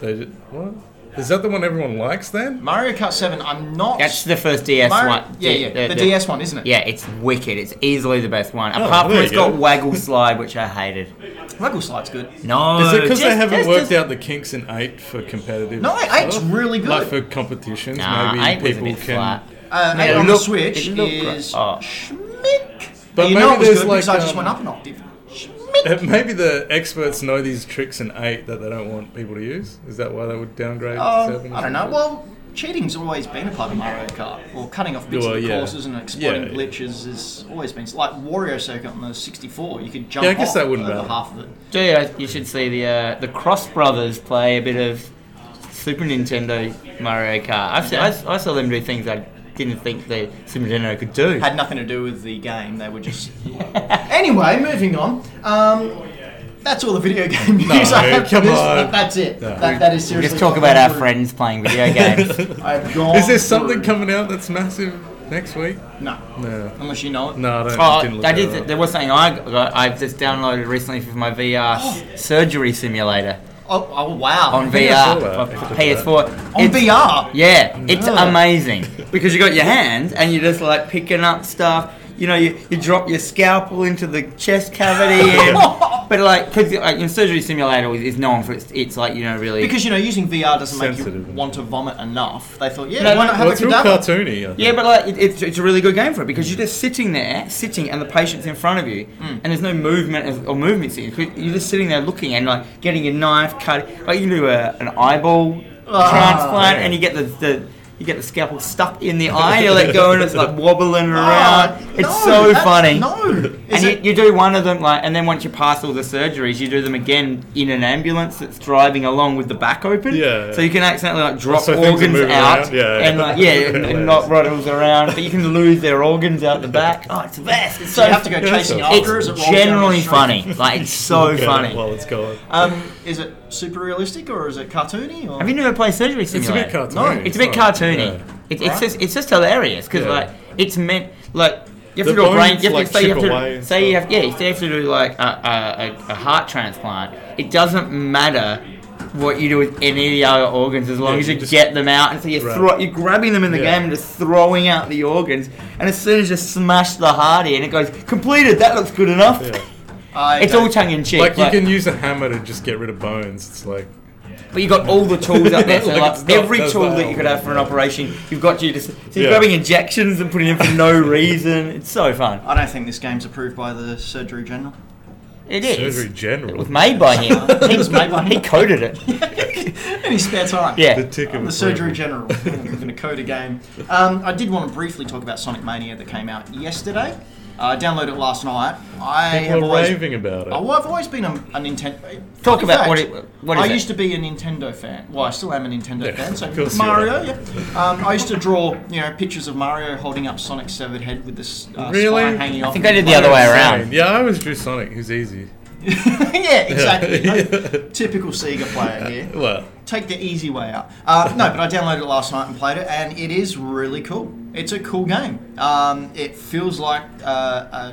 [SPEAKER 3] They ju- what? Is that the one everyone likes then?
[SPEAKER 1] Mario Kart 7, I'm not.
[SPEAKER 2] That's the first DS
[SPEAKER 1] Mario-
[SPEAKER 2] one.
[SPEAKER 1] Yeah, yeah. The, DS one, isn't it?
[SPEAKER 2] Yeah, it's wicked. It's easily the best one. Apart from
[SPEAKER 3] Oh, there
[SPEAKER 2] it's
[SPEAKER 3] you go.
[SPEAKER 2] got Waggle Slide, which I hated.
[SPEAKER 1] Waggle Slide's good.
[SPEAKER 2] No,
[SPEAKER 3] Is it because they
[SPEAKER 2] just-
[SPEAKER 3] haven't
[SPEAKER 2] just-
[SPEAKER 3] worked
[SPEAKER 2] just-
[SPEAKER 3] out the kinks in eight for competitive?
[SPEAKER 1] No, eight's
[SPEAKER 3] stuff?
[SPEAKER 1] really good.
[SPEAKER 3] Like for competitions,
[SPEAKER 2] Nah,
[SPEAKER 3] maybe
[SPEAKER 2] eight was a
[SPEAKER 3] people
[SPEAKER 2] bit
[SPEAKER 3] can.
[SPEAKER 2] flat.
[SPEAKER 1] Uh,
[SPEAKER 2] Yeah,
[SPEAKER 1] eight
[SPEAKER 2] it
[SPEAKER 1] on
[SPEAKER 2] looked-
[SPEAKER 1] the Switch
[SPEAKER 2] it looked
[SPEAKER 1] is
[SPEAKER 2] great. Oh.
[SPEAKER 1] Schmick.
[SPEAKER 3] But
[SPEAKER 1] But you
[SPEAKER 3] maybe
[SPEAKER 1] know it was
[SPEAKER 3] there's
[SPEAKER 1] good
[SPEAKER 3] like,
[SPEAKER 1] because I just
[SPEAKER 3] um,
[SPEAKER 1] went up an octave. Schmick.
[SPEAKER 3] Uh, Maybe the experts know these tricks in eight that they don't want people to use. Is that why they would downgrade to seven?
[SPEAKER 1] Um,
[SPEAKER 3] or
[SPEAKER 1] I don't know.
[SPEAKER 3] something?
[SPEAKER 1] Well, cheating's always been a part of Mario Kart. Or cutting off bits
[SPEAKER 3] Well,
[SPEAKER 1] of the
[SPEAKER 3] yeah.
[SPEAKER 1] courses and exploiting
[SPEAKER 3] Yeah, yeah.
[SPEAKER 1] glitches has always been like Wario Circuit on the 64. You could jump
[SPEAKER 3] Yeah, I guess
[SPEAKER 1] off
[SPEAKER 3] that wouldn't
[SPEAKER 1] over
[SPEAKER 3] matter.
[SPEAKER 1] half of it.
[SPEAKER 2] Gee, I- you should see the uh, the Cross Brothers play a bit of Super Nintendo Mario Kart. I've seen, I, s- I saw them do things I didn't think the Super Nintendo could do.
[SPEAKER 1] Had nothing to do with the game. They were just. anyway, moving on. Um, that's all the video game news I have for
[SPEAKER 3] come
[SPEAKER 1] this.
[SPEAKER 3] on.
[SPEAKER 1] That's it.
[SPEAKER 3] No.
[SPEAKER 1] That, that is
[SPEAKER 2] We
[SPEAKER 1] seriously.
[SPEAKER 2] just talk about our
[SPEAKER 1] gone
[SPEAKER 2] friends playing video
[SPEAKER 3] Oh,
[SPEAKER 2] games.
[SPEAKER 1] through. I've gone.
[SPEAKER 3] Is there something
[SPEAKER 1] through.
[SPEAKER 3] coming out that's massive next week?
[SPEAKER 1] No.
[SPEAKER 3] No.
[SPEAKER 1] Unless you know it.
[SPEAKER 3] No, I don't. didn't
[SPEAKER 2] oh,
[SPEAKER 3] look
[SPEAKER 2] I
[SPEAKER 3] that
[SPEAKER 2] did.
[SPEAKER 3] up.
[SPEAKER 2] There was something I got. I've just downloaded recently for my VR surgery simulator
[SPEAKER 1] Oh, oh wow.
[SPEAKER 2] on
[SPEAKER 3] think I saw
[SPEAKER 2] VR
[SPEAKER 3] that.
[SPEAKER 2] for
[SPEAKER 3] I saw
[SPEAKER 2] PS4.
[SPEAKER 1] On
[SPEAKER 2] It's-
[SPEAKER 1] VR.
[SPEAKER 2] Yeah, it's
[SPEAKER 1] Oh, No.
[SPEAKER 2] amazing because you got your hands and you're just like picking up stuff. You know, you, you drop your scalpel into the chest cavity, and, but like, cause like in surgery simulator is, is known for its, it's like you know really
[SPEAKER 1] Because you know, using VR doesn't make
[SPEAKER 3] Sensitive.
[SPEAKER 1] you want to vomit enough. They thought, yeah,
[SPEAKER 2] No,
[SPEAKER 1] why
[SPEAKER 2] no,
[SPEAKER 1] not have
[SPEAKER 3] Well,
[SPEAKER 1] a
[SPEAKER 3] it's real
[SPEAKER 1] cadaver?
[SPEAKER 3] cartoony. I think.
[SPEAKER 2] yeah, but like it, it's it's a really good game for it because you're just sitting there, sitting, and the patient's in front of you,
[SPEAKER 1] Mm.
[SPEAKER 2] and there's no movement as- or movement scenes. You're just sitting there looking and like getting your knife cut, like you can do a, an eyeball
[SPEAKER 1] Ah,
[SPEAKER 2] transplant,
[SPEAKER 3] yeah.
[SPEAKER 2] and you get the. the you get the scalpel stuck in the eye, you let go, and it's like wobbling around.
[SPEAKER 1] Ah,
[SPEAKER 2] it's
[SPEAKER 1] no,
[SPEAKER 2] so
[SPEAKER 1] that's-
[SPEAKER 2] funny.
[SPEAKER 1] No,
[SPEAKER 2] And
[SPEAKER 1] Is
[SPEAKER 2] you,
[SPEAKER 1] it-
[SPEAKER 2] you do one of them, like, and then once you pass all the surgeries, you do them again in an ambulance that's driving along with the back open.
[SPEAKER 3] Yeah.
[SPEAKER 2] So you can accidentally like drop
[SPEAKER 3] So things are
[SPEAKER 2] organs
[SPEAKER 3] moving
[SPEAKER 2] out,
[SPEAKER 3] around, yeah.
[SPEAKER 2] and like yeah, and, and not rattles around, but you can lose their organs out the back. Oh, it's the best. It's
[SPEAKER 1] so
[SPEAKER 2] so
[SPEAKER 1] you have to go
[SPEAKER 3] Yeah,
[SPEAKER 1] chasing
[SPEAKER 3] that's
[SPEAKER 1] after. Is it
[SPEAKER 2] it's
[SPEAKER 1] rolls down the
[SPEAKER 2] generally
[SPEAKER 1] street?
[SPEAKER 2] funny. Like it's so
[SPEAKER 3] Okay,
[SPEAKER 2] funny.
[SPEAKER 3] Well, it's gone.
[SPEAKER 1] Um, is it super realistic or is it cartoony? Or
[SPEAKER 2] Have you never played surgery
[SPEAKER 3] It's a
[SPEAKER 2] simulator?
[SPEAKER 3] bit cartoony.
[SPEAKER 1] No,
[SPEAKER 2] It's a bit
[SPEAKER 3] not-
[SPEAKER 2] cartoony.
[SPEAKER 3] yeah.
[SPEAKER 2] It, it's
[SPEAKER 1] Right.
[SPEAKER 2] just it's just hilarious because
[SPEAKER 3] Yeah.
[SPEAKER 2] like it's meant like you have
[SPEAKER 3] The
[SPEAKER 2] to do a brain.
[SPEAKER 3] bones,
[SPEAKER 2] You have
[SPEAKER 3] like,
[SPEAKER 2] to, say you
[SPEAKER 3] chip
[SPEAKER 2] have to
[SPEAKER 3] away and
[SPEAKER 2] say you
[SPEAKER 3] stuff.
[SPEAKER 2] have yeah. Say you have to do like a, a, a, a heart transplant. It doesn't matter what you do with any of the other organs as long
[SPEAKER 3] Yeah,
[SPEAKER 2] as
[SPEAKER 3] you
[SPEAKER 2] you
[SPEAKER 3] just-
[SPEAKER 2] get them out. And so you're
[SPEAKER 3] Right.
[SPEAKER 2] thro- you're grabbing them in the
[SPEAKER 3] Yeah.
[SPEAKER 2] game and just throwing out the organs. And as soon as you smash the heart in, it goes completed. That looks good enough.
[SPEAKER 3] Yeah.
[SPEAKER 1] I
[SPEAKER 2] It's
[SPEAKER 1] don't-
[SPEAKER 2] all tongue in cheek.
[SPEAKER 3] Like,
[SPEAKER 2] like-
[SPEAKER 3] you can use a hammer to just get rid of bones. It's like
[SPEAKER 2] But you got all the tools out there, so
[SPEAKER 3] Like,
[SPEAKER 2] like
[SPEAKER 3] it's not-
[SPEAKER 2] every
[SPEAKER 3] that's
[SPEAKER 2] tool
[SPEAKER 3] not
[SPEAKER 2] that you could have for an operation, you've got you just so you're
[SPEAKER 3] Yeah.
[SPEAKER 2] grabbing injections and putting in for no reason. It's so fun.
[SPEAKER 1] I don't think this game's approved by the Surgery General.
[SPEAKER 2] It is.
[SPEAKER 3] surgery
[SPEAKER 2] It
[SPEAKER 3] general.
[SPEAKER 2] was made by him. he was made by him. He coded it.
[SPEAKER 1] in his spare time.
[SPEAKER 2] Yeah.
[SPEAKER 3] the ticket.
[SPEAKER 1] I'm the
[SPEAKER 3] was
[SPEAKER 1] Surgery
[SPEAKER 3] broken.
[SPEAKER 1] General. I'm going to code a game. Um, I did want to briefly talk about Sonic Mania that came out yesterday. I downloaded it last night. I have
[SPEAKER 3] People are
[SPEAKER 1] always
[SPEAKER 3] raving about it.
[SPEAKER 1] Oh, well, I've always been a, a Nintendo.
[SPEAKER 2] Talk
[SPEAKER 1] In
[SPEAKER 2] about
[SPEAKER 1] fact,
[SPEAKER 2] what it- what is
[SPEAKER 1] I
[SPEAKER 2] it?
[SPEAKER 1] used to be a Nintendo fan. Well, I still am a Nintendo
[SPEAKER 3] Yeah,
[SPEAKER 1] fan. So
[SPEAKER 3] of course you
[SPEAKER 1] Mario,
[SPEAKER 3] are.
[SPEAKER 1] yeah. Um, I used to draw, you know, pictures of Mario holding up Sonic's severed head with this uh,
[SPEAKER 3] Really?
[SPEAKER 1] spine hanging off.
[SPEAKER 2] I think
[SPEAKER 1] him.
[SPEAKER 2] they did the other way around.
[SPEAKER 3] Insane. Yeah, I always drew Sonic. Who's easy?
[SPEAKER 1] yeah, exactly.
[SPEAKER 3] Yeah.
[SPEAKER 1] No, typical Sega player here.
[SPEAKER 3] Well,
[SPEAKER 1] Take the easy way out. Uh, no, but I downloaded it last night and played it, and it is really cool. It's a cool game. Um, it feels like uh, uh,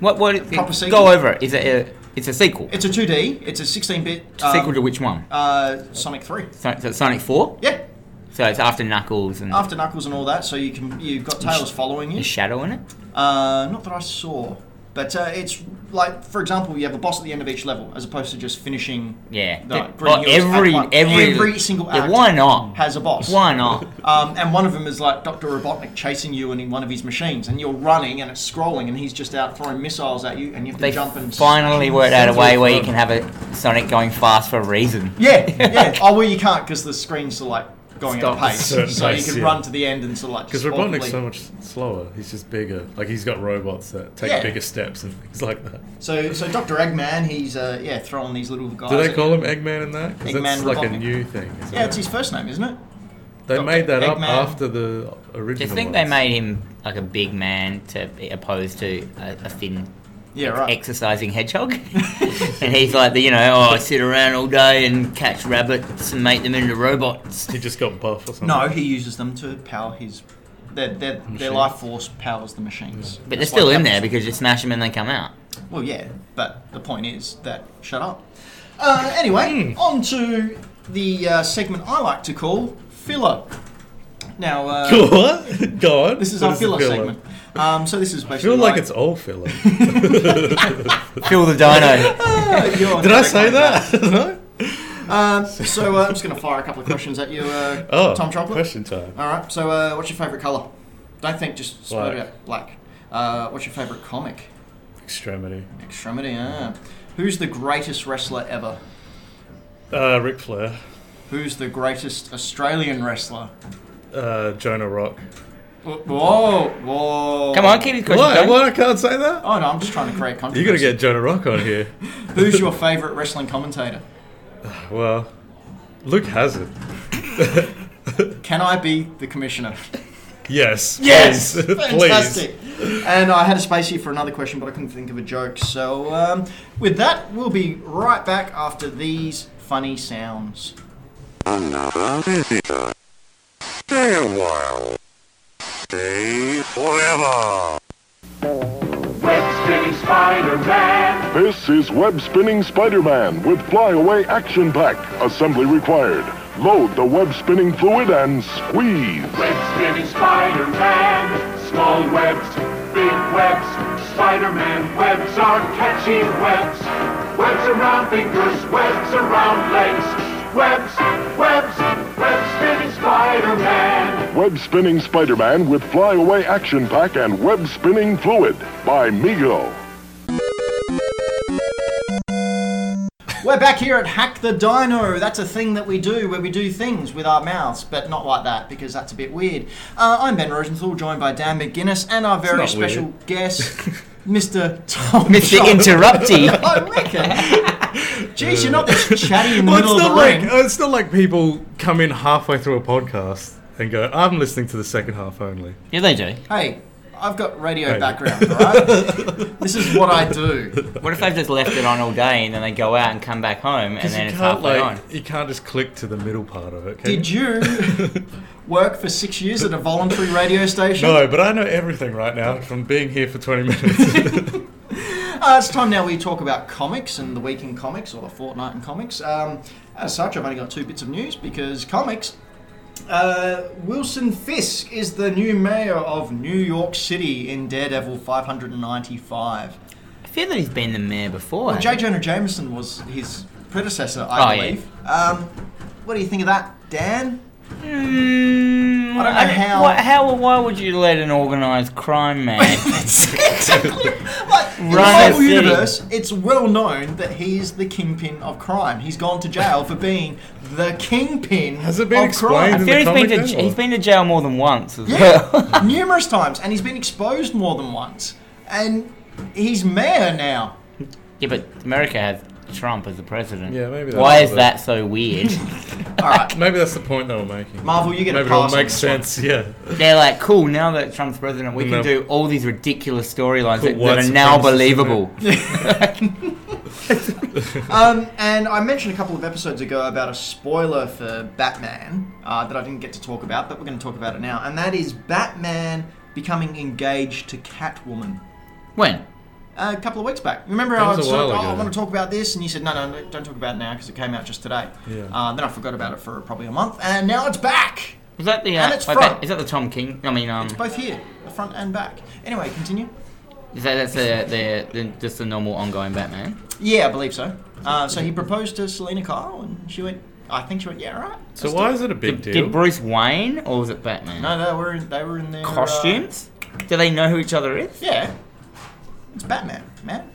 [SPEAKER 2] What? What? It,
[SPEAKER 1] Proper sequel.
[SPEAKER 2] go over it. Is it? A, it's a sequel.
[SPEAKER 1] it's a 2D. It's a 16-bit um,
[SPEAKER 2] sequel to which one?
[SPEAKER 1] uh, Sonic 3.
[SPEAKER 2] So, so Sonic Four.
[SPEAKER 1] Yeah,
[SPEAKER 2] So it's after Knuckles and
[SPEAKER 1] after Knuckles and all that, so you can you've got Tails following you.
[SPEAKER 2] there's Shadow in it.
[SPEAKER 1] Uh, not that I saw, but uh, it's like for example, you have a boss at the end of each level, as opposed to just finishing.
[SPEAKER 2] Yeah.
[SPEAKER 1] No,
[SPEAKER 2] Th-
[SPEAKER 1] Green
[SPEAKER 2] oh,
[SPEAKER 1] Hills Act
[SPEAKER 2] every
[SPEAKER 1] One.
[SPEAKER 2] every
[SPEAKER 1] Every single
[SPEAKER 2] Yeah,
[SPEAKER 1] act.
[SPEAKER 2] why not?
[SPEAKER 1] Has a boss.
[SPEAKER 2] Why not?
[SPEAKER 1] Um, and one of them is like Dr. Robotnik chasing you and in one of his machines, and you're running and it's scrolling, and he's just out throwing missiles at you, and you have to
[SPEAKER 2] They
[SPEAKER 1] jump and
[SPEAKER 2] finally worked out a way where you
[SPEAKER 3] fun.
[SPEAKER 2] can have a Sonic going fast for a reason.
[SPEAKER 1] Yeah, yeah. oh well, you can't because the screens are like going
[SPEAKER 2] Stop.
[SPEAKER 1] at a pace,
[SPEAKER 3] Certain
[SPEAKER 1] so
[SPEAKER 3] pace,
[SPEAKER 1] you can
[SPEAKER 3] yeah.
[SPEAKER 1] run to the end and sort of like.
[SPEAKER 3] because
[SPEAKER 1] just awkwardly-
[SPEAKER 3] Robotnik's so much slower. He's just bigger. Like he's got robots that take
[SPEAKER 1] Yeah.
[SPEAKER 3] bigger steps and things like that.
[SPEAKER 1] So, so Dr. Eggman, he's uh, yeah throwing these little guys.
[SPEAKER 3] Do they
[SPEAKER 1] at
[SPEAKER 3] call
[SPEAKER 1] you.
[SPEAKER 3] him Eggman in that? Because that's
[SPEAKER 1] Oh, Eggman
[SPEAKER 3] like a
[SPEAKER 1] Robotnik.
[SPEAKER 3] new thing. isn't
[SPEAKER 1] Yeah,
[SPEAKER 3] it?
[SPEAKER 1] it's his first name, isn't it?
[SPEAKER 3] they
[SPEAKER 1] Dr.
[SPEAKER 3] made that up
[SPEAKER 1] Eggman.
[SPEAKER 3] after the
[SPEAKER 2] Do
[SPEAKER 3] original.
[SPEAKER 2] you think they
[SPEAKER 3] ones.
[SPEAKER 2] made him like a big man to be opposed to a, a thin
[SPEAKER 1] Yeah, right.
[SPEAKER 2] exercising hedgehog? and he's like the you know, oh I sit around all day and catch rabbits and make them into robots.
[SPEAKER 3] He just got buff or something.
[SPEAKER 1] no, he uses them to power his. Their, their, their
[SPEAKER 3] Machine.
[SPEAKER 1] life force powers the machines.
[SPEAKER 2] But they're
[SPEAKER 1] That's
[SPEAKER 2] still
[SPEAKER 1] why
[SPEAKER 2] in there
[SPEAKER 1] Captain-
[SPEAKER 2] because you smash them and they come out.
[SPEAKER 1] Well, yeah, but the point is that. Shut up. Uh,
[SPEAKER 3] Hmm.
[SPEAKER 1] anyway, on to the uh, segment I like to call filler. Now, uh,
[SPEAKER 3] What? Go on.
[SPEAKER 1] this is
[SPEAKER 3] What
[SPEAKER 1] our
[SPEAKER 3] the
[SPEAKER 1] filler, segment. Um, so this is
[SPEAKER 3] I
[SPEAKER 1] basically.
[SPEAKER 3] feel like
[SPEAKER 1] my-
[SPEAKER 3] it's all filler.
[SPEAKER 2] Kill the dino.
[SPEAKER 1] Ah, you're on
[SPEAKER 3] Did
[SPEAKER 1] the
[SPEAKER 3] I say
[SPEAKER 1] segment.
[SPEAKER 3] that? no?
[SPEAKER 1] Um, so uh, I'm just going to fire a couple of questions at you, uh,
[SPEAKER 3] Oh,
[SPEAKER 1] Tom Ah. Chocolate.
[SPEAKER 3] question time.
[SPEAKER 1] All right. So, uh, what's your favourite colour? Don't think, just split
[SPEAKER 3] Black.
[SPEAKER 1] it out. Black. Uh, what's your favourite comic?
[SPEAKER 3] Extremity.
[SPEAKER 1] Extremity, yeah. Who's the greatest wrestler ever?
[SPEAKER 3] Uh, Ric Flair.
[SPEAKER 1] Who's the greatest Australian wrestler?
[SPEAKER 3] Uh, Jonah Rock.
[SPEAKER 1] Whoa, whoa.
[SPEAKER 2] Come on, keep his question
[SPEAKER 3] What?
[SPEAKER 2] going.
[SPEAKER 3] What? I can't say that?
[SPEAKER 1] Oh no, I'm just trying to create
[SPEAKER 3] you
[SPEAKER 1] controversy.
[SPEAKER 3] got to get Jonah Rock on here.
[SPEAKER 1] Who's your favourite wrestling commentator?
[SPEAKER 3] Well, Luke Hazard.
[SPEAKER 1] Can I be the commissioner?
[SPEAKER 3] Yes.
[SPEAKER 1] Yes,
[SPEAKER 3] Please.
[SPEAKER 1] fantastic. And I had a space here for another question, but I couldn't think of a joke. So um, with that, we'll be right back after these funny sounds.
[SPEAKER 4] Another visitor. Stay a while. Stay forever.
[SPEAKER 5] Web Spinning Spider-Man.
[SPEAKER 6] This is Web Spinning Spider-Man with Flyaway Action Pack. Assembly required. Load the web spinning fluid and squeeze.
[SPEAKER 5] Web Spinning Spider-Man. Small webs, big webs. Spider-Man webs are catchy webs. Webs around fingers, webs around legs. Webs, webs, web spinning Spider-Man.
[SPEAKER 6] Web Spinning Spider-Man with Flyaway Action Pack and Web Spinning Fluid by Mego.
[SPEAKER 1] We're back here at Hack the Dino. That's a thing that we do where we do things with our mouths, but not like that because that's a bit weird. Uh, I'm Ben Rosenthal, joined by Dan McGuinness and our very
[SPEAKER 3] not
[SPEAKER 1] special guest, Mr. Tom.
[SPEAKER 2] Mr.
[SPEAKER 1] Jones.
[SPEAKER 2] Interrupty.
[SPEAKER 1] I reckon. Jeez, you're not this chatty in the
[SPEAKER 3] Well,
[SPEAKER 1] middle
[SPEAKER 3] it's
[SPEAKER 1] of the
[SPEAKER 3] not like uh,
[SPEAKER 1] ring.
[SPEAKER 3] it's not like people come in halfway through a podcast and go, "I'm listening to the second half only."
[SPEAKER 2] yeah, they do.
[SPEAKER 1] Hey, I've got radio
[SPEAKER 3] Hey.
[SPEAKER 1] background, all right? this is what I do.
[SPEAKER 2] What if they've just left it on all day and then they go out and come back home and
[SPEAKER 3] Because
[SPEAKER 2] then
[SPEAKER 3] you
[SPEAKER 2] it's
[SPEAKER 3] can't
[SPEAKER 2] halfway
[SPEAKER 3] like
[SPEAKER 2] on?
[SPEAKER 3] you can't just click to the middle part of it. Can
[SPEAKER 1] Did you work for six years at a voluntary radio station?
[SPEAKER 3] No, but I know everything right now from being here for 20 minutes.
[SPEAKER 1] Uh, it's time now we talk about comics and the week in comics or the fortnight in comics. Um, as such, I've only got two bits of news because comics. Uh, Wilson Fisk is the new mayor of New York City in Daredevil 595.
[SPEAKER 2] I feel that he's been the mayor before.
[SPEAKER 1] Well, J. Jonah Jameson was his predecessor,
[SPEAKER 2] Oh,
[SPEAKER 1] I
[SPEAKER 2] yeah.
[SPEAKER 1] believe. Um, what do you think of that, Dan?
[SPEAKER 2] Mm,
[SPEAKER 1] I don't know how-
[SPEAKER 2] why- how or why would you let an organised crime man?
[SPEAKER 1] exactly. Like, in the
[SPEAKER 2] Run a
[SPEAKER 1] Marvel
[SPEAKER 2] city.
[SPEAKER 1] universe, it's well known that he is the kingpin of crime. He's gone to jail for being the kingpin
[SPEAKER 3] Has it been
[SPEAKER 1] of crime.
[SPEAKER 3] explained
[SPEAKER 2] I
[SPEAKER 3] in
[SPEAKER 2] feel
[SPEAKER 3] the
[SPEAKER 2] he's been
[SPEAKER 3] comic
[SPEAKER 2] to
[SPEAKER 3] then, or-
[SPEAKER 2] he's been to jail more than once as well.
[SPEAKER 1] Yeah, numerous times, and he's been exposed more than once. And he's mayor now.
[SPEAKER 2] yeah, but America has Trump as the president.
[SPEAKER 3] Yeah, maybe that's
[SPEAKER 2] Why is
[SPEAKER 3] the-
[SPEAKER 2] that so weird?
[SPEAKER 1] All right,
[SPEAKER 3] Maybe that's the point they were making.
[SPEAKER 1] Marvel, you get
[SPEAKER 3] Maybe
[SPEAKER 1] a
[SPEAKER 3] it all
[SPEAKER 1] pass. on
[SPEAKER 3] makes
[SPEAKER 1] this one.
[SPEAKER 3] sense. Yeah.
[SPEAKER 2] They're like, cool. Now that Trump's president, we can
[SPEAKER 3] No.
[SPEAKER 2] do all these ridiculous storylines
[SPEAKER 3] Put
[SPEAKER 2] that,
[SPEAKER 3] white
[SPEAKER 2] that are now
[SPEAKER 3] supremacists in
[SPEAKER 2] believable.
[SPEAKER 1] Um, and I mentioned a couple of episodes ago about a spoiler for Batman uh, that I didn't get to talk about, but we're going to talk about it now. And that is Batman becoming engaged to Catwoman.
[SPEAKER 2] When?
[SPEAKER 1] a couple of weeks back. Remember,
[SPEAKER 3] That
[SPEAKER 1] I
[SPEAKER 3] was
[SPEAKER 1] was
[SPEAKER 3] a
[SPEAKER 1] sort of,
[SPEAKER 3] while
[SPEAKER 1] oh,
[SPEAKER 3] ago.
[SPEAKER 1] I want to talk about this, and you said, no, no, no don't talk about it now because it came out just today.
[SPEAKER 3] Yeah.
[SPEAKER 1] Uh, then I forgot about it for probably a month, and now it's back.
[SPEAKER 2] Was that the? Uh,
[SPEAKER 1] And it's
[SPEAKER 2] wait, that-
[SPEAKER 1] front.
[SPEAKER 2] is that the Tom King? I mean, um,
[SPEAKER 1] Both here, the front and back. Anyway, continue.
[SPEAKER 2] is that that's the, the, the just the normal ongoing Batman?
[SPEAKER 1] Yeah, I believe so. Uh, so he proposed to Selena Kyle, and she went. I think she went. Yeah, all right.
[SPEAKER 3] So why is it a big
[SPEAKER 2] Did,
[SPEAKER 3] deal?
[SPEAKER 2] did Bruce Wayne or was it Batman?
[SPEAKER 1] No, they were in, they were in their uh,
[SPEAKER 2] Costumes? Do they know who each other is?
[SPEAKER 1] yeah, it's Batman, man.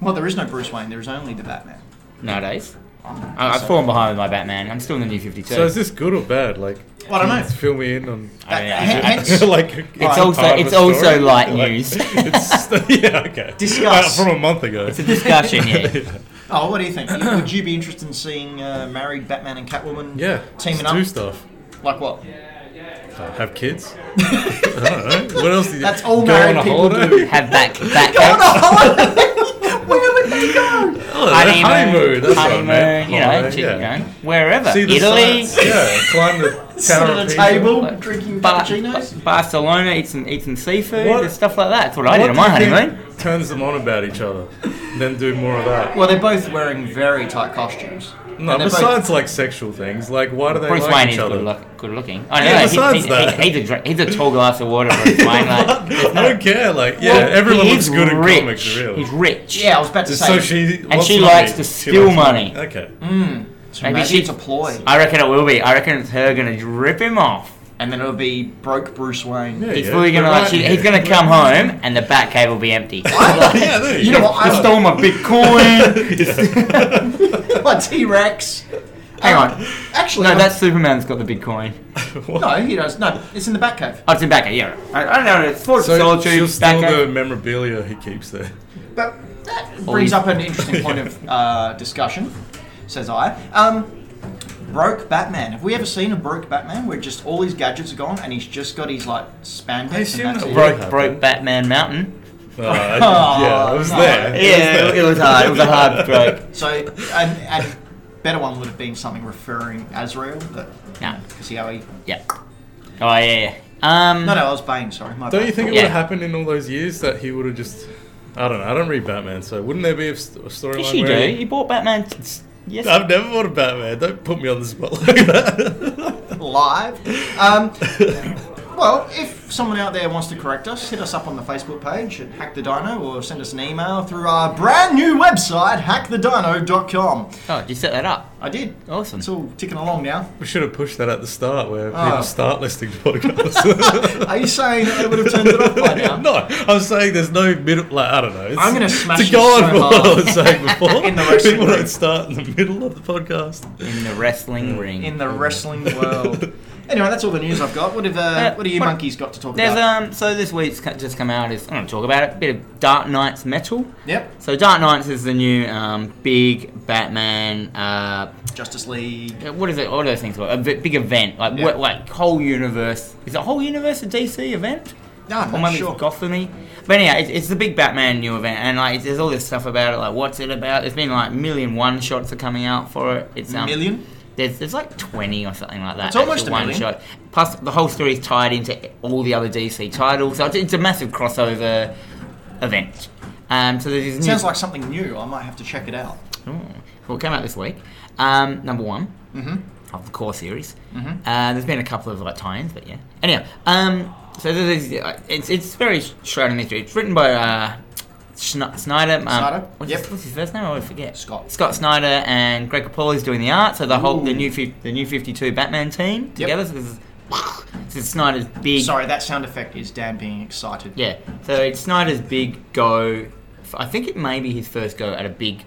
[SPEAKER 1] Well, there is no Bruce Wayne. There is only the Batman.
[SPEAKER 2] Nowadays, I, I've fallen behind with my Batman. I'm still in the new Fifty Two.
[SPEAKER 3] so is this good or bad? Like,
[SPEAKER 1] Well, I don't know.
[SPEAKER 3] fill me in on.
[SPEAKER 2] I don't know.
[SPEAKER 1] Hen- hence-
[SPEAKER 3] like,
[SPEAKER 2] It's
[SPEAKER 3] part
[SPEAKER 2] also-
[SPEAKER 3] of a
[SPEAKER 2] it's also
[SPEAKER 3] story?
[SPEAKER 2] light news.
[SPEAKER 3] it's, yeah. Okay.
[SPEAKER 1] Discuss.
[SPEAKER 3] Uh, from a month ago.
[SPEAKER 2] it's a discussion, yeah.
[SPEAKER 1] Oh, what do you think? Would you be interested in seeing uh, married Batman and Catwoman?
[SPEAKER 3] Yeah.
[SPEAKER 1] teaming
[SPEAKER 3] just Do
[SPEAKER 1] up.
[SPEAKER 3] stuff. Uh,
[SPEAKER 1] Like what?
[SPEAKER 3] Have kids. I don't know. What else? Do you
[SPEAKER 1] That's all
[SPEAKER 3] go
[SPEAKER 1] married
[SPEAKER 3] on a
[SPEAKER 1] people
[SPEAKER 3] holiday?
[SPEAKER 1] do.
[SPEAKER 2] Have back back.
[SPEAKER 1] Oh, Where would they go?
[SPEAKER 3] Oh,
[SPEAKER 2] honeymoon,
[SPEAKER 3] honeymoon. That's what I
[SPEAKER 2] honeymoon,
[SPEAKER 3] meant.
[SPEAKER 2] you know,
[SPEAKER 3] Holiday,
[SPEAKER 2] chick-
[SPEAKER 3] yeah.
[SPEAKER 2] you know, wherever,
[SPEAKER 3] See the
[SPEAKER 2] Italy,
[SPEAKER 3] sights, Yeah. Climb the tower.
[SPEAKER 1] Sit at
[SPEAKER 3] of
[SPEAKER 1] a
[SPEAKER 3] Pisa.
[SPEAKER 1] table
[SPEAKER 2] like,
[SPEAKER 1] drinking
[SPEAKER 2] Bar-
[SPEAKER 1] cappuccinos.
[SPEAKER 2] Barcelona, eat some eat some seafood
[SPEAKER 3] What-
[SPEAKER 2] and stuff like that. That's what I
[SPEAKER 3] What
[SPEAKER 2] did on
[SPEAKER 3] do
[SPEAKER 2] my
[SPEAKER 3] you think
[SPEAKER 2] honeymoon.
[SPEAKER 3] Turns them on about each other. Then do more of that.
[SPEAKER 1] Well, they're both wearing very tight costumes.
[SPEAKER 3] No,
[SPEAKER 1] And they're both-
[SPEAKER 3] besides like sexual things, like why do they
[SPEAKER 2] Bruce
[SPEAKER 3] like
[SPEAKER 2] Wayne
[SPEAKER 3] each
[SPEAKER 2] is
[SPEAKER 3] other?
[SPEAKER 2] good, look, good looking. I know
[SPEAKER 3] Yeah,
[SPEAKER 2] that. He-
[SPEAKER 3] besides
[SPEAKER 2] he-
[SPEAKER 3] that.
[SPEAKER 2] he- he's, a, dra- he's a tall glass of water, Bruce Wayne. Like,
[SPEAKER 3] I don't care. Like, yeah,
[SPEAKER 2] Well,
[SPEAKER 3] everyone
[SPEAKER 2] he
[SPEAKER 3] looks
[SPEAKER 2] is
[SPEAKER 3] good in
[SPEAKER 2] rich.
[SPEAKER 3] comics, really.
[SPEAKER 2] He's rich.
[SPEAKER 1] yeah, I was about to
[SPEAKER 3] Just
[SPEAKER 1] say.
[SPEAKER 3] so she
[SPEAKER 2] And
[SPEAKER 3] wants
[SPEAKER 2] she
[SPEAKER 3] money.
[SPEAKER 2] likes to steal
[SPEAKER 3] likes
[SPEAKER 2] money.
[SPEAKER 3] Okay.
[SPEAKER 1] so
[SPEAKER 2] Maybe
[SPEAKER 1] maybe
[SPEAKER 2] she-
[SPEAKER 1] it's a ploy.
[SPEAKER 2] I reckon it will be. I reckon it's her gonna rip him off.
[SPEAKER 1] and then it'll be broke Bruce Wayne.
[SPEAKER 3] Yeah,
[SPEAKER 2] He's
[SPEAKER 3] yeah,
[SPEAKER 2] fully
[SPEAKER 3] but
[SPEAKER 2] gonna
[SPEAKER 3] right
[SPEAKER 2] like,
[SPEAKER 3] here.
[SPEAKER 2] he's gonna come home and the back cave will be empty.
[SPEAKER 3] yeah, there you,
[SPEAKER 2] You
[SPEAKER 3] go.
[SPEAKER 2] know, I stole my Bitcoin.
[SPEAKER 1] like T Rex.
[SPEAKER 2] Hang on.
[SPEAKER 1] Actually,
[SPEAKER 2] No,
[SPEAKER 1] I'm-
[SPEAKER 2] that's Superman's got the Bitcoin.
[SPEAKER 1] no, he does. No, it's in the Batcave.
[SPEAKER 2] Oh, it's in Batcave, yeah. I, I don't know. It's Fort
[SPEAKER 3] So she'll
[SPEAKER 2] Solitude,
[SPEAKER 3] steal the
[SPEAKER 2] Batcave.
[SPEAKER 3] memorabilia he keeps there.
[SPEAKER 1] But that brings up an interesting point of uh, discussion, says I. Um, broke Batman. Have we ever seen a broke Batman where just all his gadgets are gone and he's just got his like spandex?
[SPEAKER 3] I assume
[SPEAKER 1] and that's
[SPEAKER 3] that
[SPEAKER 1] it?
[SPEAKER 3] broke-
[SPEAKER 2] Broke, broke Batman Mountain.
[SPEAKER 3] Uh, yeah, I was
[SPEAKER 1] no.
[SPEAKER 3] there. It
[SPEAKER 2] Oh,
[SPEAKER 3] was
[SPEAKER 2] Yeah,
[SPEAKER 3] there.
[SPEAKER 2] it, was hard. It was a hard break.
[SPEAKER 1] So, and, and better one would have been something referring Azrael, that
[SPEAKER 2] No.
[SPEAKER 1] because how he.
[SPEAKER 2] Yeah. Oh, yeah. Um,
[SPEAKER 1] No, no, I was Bane. Sorry, my
[SPEAKER 3] Don't
[SPEAKER 1] bad.
[SPEAKER 3] you think it
[SPEAKER 2] Yeah.
[SPEAKER 3] would have happened in all those years that he would have just? I don't know. I don't read Batman, so wouldn't there be a, st- a storyline?
[SPEAKER 2] Yes, you do.
[SPEAKER 3] where
[SPEAKER 2] You bought Batman. Yes.
[SPEAKER 3] I've never bought a Batman. Don't put me on the spot like that.
[SPEAKER 1] live. Um, well, if someone out there wants to correct us, hit us up on the Facebook page at Hack the Dino or send us an email through our brand new website, hackthedino.com.
[SPEAKER 2] Oh, did you set that up?
[SPEAKER 1] I did.
[SPEAKER 2] Awesome.
[SPEAKER 1] It's all ticking along now.
[SPEAKER 3] we should have pushed that at the start, where
[SPEAKER 1] Oh.
[SPEAKER 3] people start listening to podcasts.
[SPEAKER 1] Are you saying that it would have turned it off by now?
[SPEAKER 3] no, I'm saying there's no middle. Like I don't know. It's,
[SPEAKER 1] I'm gonna smash
[SPEAKER 3] It's a
[SPEAKER 1] this
[SPEAKER 3] guide
[SPEAKER 1] so
[SPEAKER 3] for what I
[SPEAKER 1] hard.
[SPEAKER 3] was saying before.
[SPEAKER 1] In the wrestling
[SPEAKER 3] people
[SPEAKER 1] ring.
[SPEAKER 3] don't start in the middle of the podcast.
[SPEAKER 2] In the wrestling ring.
[SPEAKER 1] In the wrestling world. Anyway, that's all the news I've got. What have uh, what have you
[SPEAKER 2] what-
[SPEAKER 1] monkeys got to talk
[SPEAKER 2] There's
[SPEAKER 1] about?
[SPEAKER 2] um so this week's cut- just come out is I don't talk about it. Bit of Dark Knight's metal.
[SPEAKER 1] yep,
[SPEAKER 2] So Dark Knight's is the new um, big Batman. Uh,
[SPEAKER 1] Justice League.
[SPEAKER 2] what is it? All those things. called? A bi- big event like
[SPEAKER 1] Yeah.
[SPEAKER 2] wh- like whole universe. Is it whole universe a DC event?
[SPEAKER 1] No, I'm
[SPEAKER 2] Or
[SPEAKER 1] not
[SPEAKER 2] maybe
[SPEAKER 1] sure.
[SPEAKER 2] it's Gothamy. But anyhow, it's, it's the big Batman new event, and like there's all this stuff about it. Like what's it about? There's been like million one shots are coming out for it. It's um,
[SPEAKER 1] Million?
[SPEAKER 2] There's, there's like 20 or something like that.
[SPEAKER 1] It's almost
[SPEAKER 2] actual
[SPEAKER 1] a
[SPEAKER 2] one
[SPEAKER 1] million.
[SPEAKER 2] shot. Plus, the whole story is tied into all the other DC titles. So it's, it's a massive crossover event. Um, so there's this
[SPEAKER 1] Sounds
[SPEAKER 2] new,
[SPEAKER 1] like something new. I might have to check it out.
[SPEAKER 2] Oh, well, it came out this week. Um, number one
[SPEAKER 1] Mm-hmm.
[SPEAKER 2] of the core series. Uh, there's been a couple of like tie-ins, but yeah. Anyhow, um, so this is, uh, it's it's very shrouded in mystery. It's written by uh, Schn- Snyder. Um,
[SPEAKER 1] Snyder,
[SPEAKER 2] What's,
[SPEAKER 1] yep.
[SPEAKER 2] his, what's his first name? I always forget.
[SPEAKER 1] Scott.
[SPEAKER 2] Scott Snyder and Greg Capullo is doing the art. So the whole the
[SPEAKER 1] Ooh.
[SPEAKER 2] new fif- the new Fifty Two Batman team together. So this is this is Snyder's big.
[SPEAKER 1] Sorry, that sound effect is Dan being excited.
[SPEAKER 2] Yeah, so it's Snyder's big go. I think it may be his first go at a big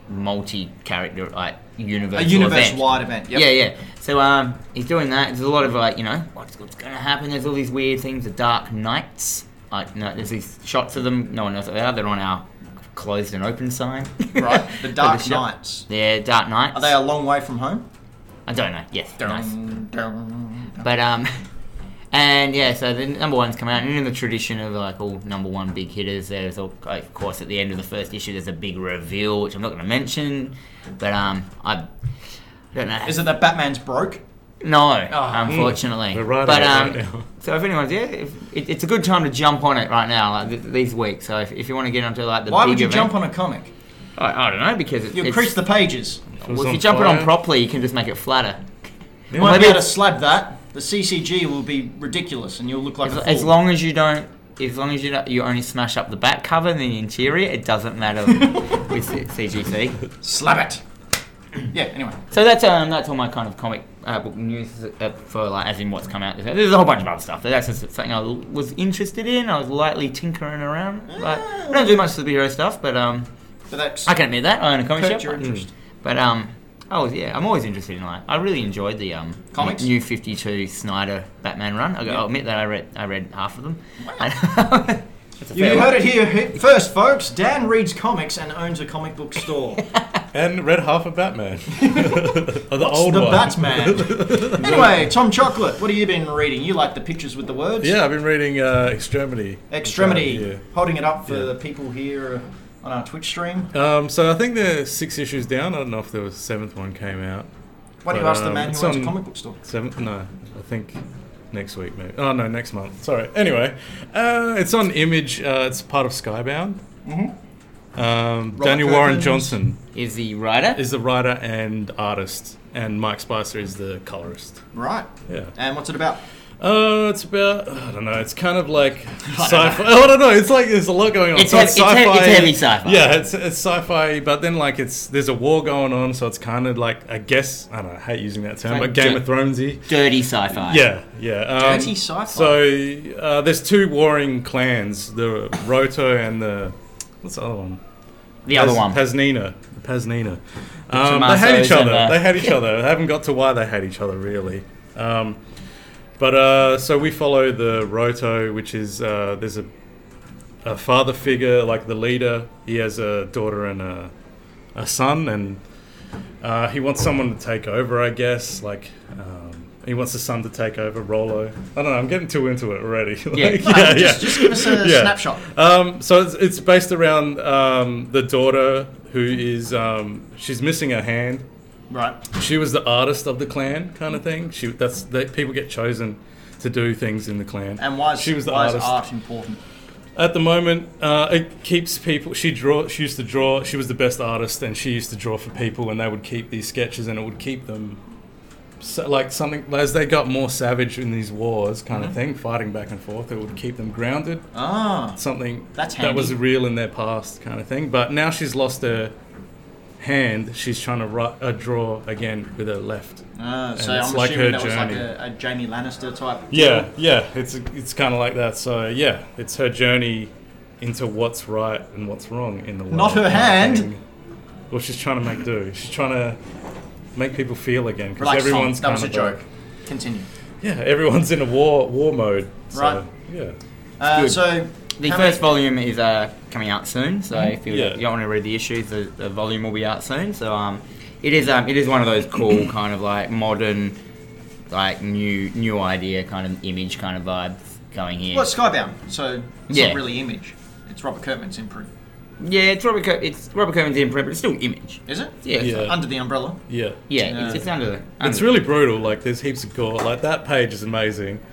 [SPEAKER 2] multi-character like universe.
[SPEAKER 1] A universe-wide event. Yep.
[SPEAKER 2] Yeah, yeah. So um, he's doing that. There's a lot of like, you know, what's, what's going to happen? There's all these weird things. The Dark Knights. Like, no, there's these shots of them. No one knows what they are. They're on our closed and open sign.
[SPEAKER 1] Right. The Dark
[SPEAKER 2] shot-
[SPEAKER 1] Knights.
[SPEAKER 2] Yeah, Dark Knights.
[SPEAKER 1] Are they a long way from home?
[SPEAKER 2] I don't know. Yes. Nice.
[SPEAKER 1] Dun, dun, dun.
[SPEAKER 2] But um, and yeah, so the number ones come out, and in the tradition of like all number one big hitters, there's all, of course at the end of the first issue there's a big reveal, which I'm not going to mention, but um, I, I don't know.
[SPEAKER 1] Is it that Batman's broke?
[SPEAKER 2] No,
[SPEAKER 1] Oh.
[SPEAKER 2] unfortunately.
[SPEAKER 3] We're right
[SPEAKER 2] but
[SPEAKER 3] on
[SPEAKER 2] um,
[SPEAKER 3] it right now.
[SPEAKER 2] so if anyone's yeah, if, it, it's a good time to jump on it right now, like th- these weeks. So if, if you want to get onto like the
[SPEAKER 1] Why
[SPEAKER 2] big
[SPEAKER 1] would you
[SPEAKER 2] event,
[SPEAKER 1] jump on a comic?
[SPEAKER 2] I, I don't know because it,
[SPEAKER 1] You
[SPEAKER 2] it's,
[SPEAKER 1] increase the pages.
[SPEAKER 2] well,
[SPEAKER 3] was
[SPEAKER 2] if
[SPEAKER 3] on
[SPEAKER 2] you jump it on
[SPEAKER 3] fire.
[SPEAKER 2] properly, you can just make it flatter.
[SPEAKER 1] You won't
[SPEAKER 2] maybe
[SPEAKER 1] be able to
[SPEAKER 2] it's-
[SPEAKER 1] slab that. The CCG will be ridiculous, and you'll look like
[SPEAKER 2] As,
[SPEAKER 1] a fool.
[SPEAKER 2] as long as you don't, as long as you don't, you only smash up the back cover and the interior, it doesn't matter with C- CGC.
[SPEAKER 1] slab it. yeah. Anyway,
[SPEAKER 2] So that's um, that's all my kind of comic uh, book news uh, for like as in what's come out. There's a whole bunch of other stuff, but that's just something I was interested in. I was lightly tinkering around. Like, I don't do much superhero stuff, but um,
[SPEAKER 1] but that's
[SPEAKER 2] I can admit that I own a comic
[SPEAKER 1] piqued
[SPEAKER 2] shop.
[SPEAKER 1] your interest.
[SPEAKER 2] But um, I was yeah, I'm always interested in like I really enjoyed the um
[SPEAKER 1] Comics?
[SPEAKER 2] new Fifty Two Snyder Batman run. I, I'll admit that I read I read half of them. That's a
[SPEAKER 1] You,
[SPEAKER 2] fair
[SPEAKER 1] you
[SPEAKER 2] one.
[SPEAKER 1] heard it here he- first, folks. Dan reads comics and owns a comic book store.
[SPEAKER 3] And read half of Batman. Oh, the old
[SPEAKER 1] the
[SPEAKER 3] one.
[SPEAKER 1] Batman. anyway, Tom Chocolate, what have you been reading? You like the pictures with the words?
[SPEAKER 3] Yeah, I've been reading uh, Extremity.
[SPEAKER 1] Extremity.
[SPEAKER 3] Uh, yeah.
[SPEAKER 1] Holding it up for
[SPEAKER 3] Yeah.
[SPEAKER 1] the people here uh, on our Twitch stream.
[SPEAKER 3] Um, so I think they're six issues down. I don't know if the seventh one came out.
[SPEAKER 1] Why do you
[SPEAKER 3] But,
[SPEAKER 1] ask the
[SPEAKER 3] um,
[SPEAKER 1] man
[SPEAKER 3] it's
[SPEAKER 1] who owns a
[SPEAKER 3] on-
[SPEAKER 1] comic book store?
[SPEAKER 3] Seventh? No, I think next week maybe. Oh no, next month. Sorry. Anyway, uh, it's on Image. Uh, it's part of Skybound. Mm-hmm. Um, Daniel Warren
[SPEAKER 1] Perkins.
[SPEAKER 3] Johnson
[SPEAKER 2] Is the writer?
[SPEAKER 3] is the writer and artist, and Mike Spicer is the colorist.
[SPEAKER 1] Right.
[SPEAKER 3] Yeah.
[SPEAKER 1] And what's it about?
[SPEAKER 3] Uh, it's about I don't know. It's kind of like sci-fi. Oh, I don't know. It's like there's a lot going on.
[SPEAKER 2] It's
[SPEAKER 3] so
[SPEAKER 2] heav-
[SPEAKER 3] it's
[SPEAKER 2] it's
[SPEAKER 3] sci-fi.
[SPEAKER 2] heav- it's heavy sci-fi.
[SPEAKER 3] Yeah, it's it's sci-fi, but then like it's there's a war going on, so it's kind of like I guess I don't know. I hate using that term,
[SPEAKER 2] like
[SPEAKER 3] but Game
[SPEAKER 2] Jack-
[SPEAKER 3] of Thronesy.
[SPEAKER 2] Dirty sci-fi.
[SPEAKER 3] Yeah, yeah. Um,
[SPEAKER 1] Dirty sci-fi.
[SPEAKER 3] So uh, there's two warring clans: the Roto and the what's the other one?
[SPEAKER 2] The other
[SPEAKER 3] Pas-
[SPEAKER 2] one.
[SPEAKER 3] Pasnina. The Pasnina. Um, they
[SPEAKER 2] Tommaso's
[SPEAKER 3] hate each
[SPEAKER 2] and,
[SPEAKER 3] other.
[SPEAKER 2] uh,
[SPEAKER 3] They hate each other. I haven't got to why they hate each other, really. Um, but uh, so we follow the Roto, which is uh, there's a, a father figure, like the leader. He has a daughter and a, a son, and uh, he wants someone to take over, I guess. Like, um, he wants the son to take over, Rolo. I don't know, I'm getting too into it already. Like,
[SPEAKER 2] Yeah. No,
[SPEAKER 1] um, just- just give us a snapshot.
[SPEAKER 3] um, so it's, it's based around um, the daughter who is um, she's missing her hand.
[SPEAKER 1] Right.
[SPEAKER 3] She was the artist of the clan, kind of thing. She that's that people get chosen to do things in the clan.
[SPEAKER 1] And why is,
[SPEAKER 3] she was the
[SPEAKER 1] why is
[SPEAKER 3] artist
[SPEAKER 1] art important?
[SPEAKER 3] at the moment? Uh, it keeps people. She draw. She used to draw. She was the best artist, and she used to draw for people, and they would keep these sketches, and it would keep them. So, like something as they got more savage in these wars, kind of thing, fighting back and forth, it would keep them grounded
[SPEAKER 1] Mm-hmm. Ah,
[SPEAKER 3] something
[SPEAKER 1] That's
[SPEAKER 3] that was
[SPEAKER 1] handy.
[SPEAKER 3] real in their past kind of thing. But now she's lost her hand. She's trying to ri uh, draw again with her left.
[SPEAKER 1] uh, so
[SPEAKER 3] And it's
[SPEAKER 1] I'm
[SPEAKER 3] like
[SPEAKER 1] assuming
[SPEAKER 3] her
[SPEAKER 1] that was like
[SPEAKER 3] journey.
[SPEAKER 1] a, a Jamie Lannister type.
[SPEAKER 3] Yeah, yeah. It's it's kind of like that. So yeah, it's her journey into what's right and what's wrong in the world.
[SPEAKER 1] Not her
[SPEAKER 3] kind of
[SPEAKER 1] hand.
[SPEAKER 3] thing. Well, she's trying to make do. She's trying to make people feel again because
[SPEAKER 1] Relax,
[SPEAKER 3] everyone's
[SPEAKER 1] Tom. That was a
[SPEAKER 3] kind of
[SPEAKER 1] joke. Continue.
[SPEAKER 3] yeah, everyone's in a war war mode. So,
[SPEAKER 1] Right.
[SPEAKER 3] Yeah.
[SPEAKER 1] Uh,
[SPEAKER 3] good.
[SPEAKER 1] so
[SPEAKER 2] The
[SPEAKER 1] how many-
[SPEAKER 2] first volume is uh, coming out soon, so if you,
[SPEAKER 3] Mm-hmm. Yeah.
[SPEAKER 2] you don't want to read the issues, the, the volume will be out soon. So um, it is um, it is one of those cool kind of like modern, like new new idea kind of image kind of vibe going here.
[SPEAKER 1] well, it's Skybound, so it's
[SPEAKER 2] Yeah.
[SPEAKER 1] not really Image. It's Robert Kirkman's imprint,
[SPEAKER 2] yeah, it's Robert Ker- it's Robert Kirkman's imprint, but it's still image.
[SPEAKER 1] is it?
[SPEAKER 2] Yeah, it's-
[SPEAKER 3] Yeah.
[SPEAKER 1] Under the umbrella.
[SPEAKER 3] Yeah.
[SPEAKER 2] yeah, It's, it's under the. Under
[SPEAKER 3] It's really brutal. Like there's heaps of gore. Like that page is amazing.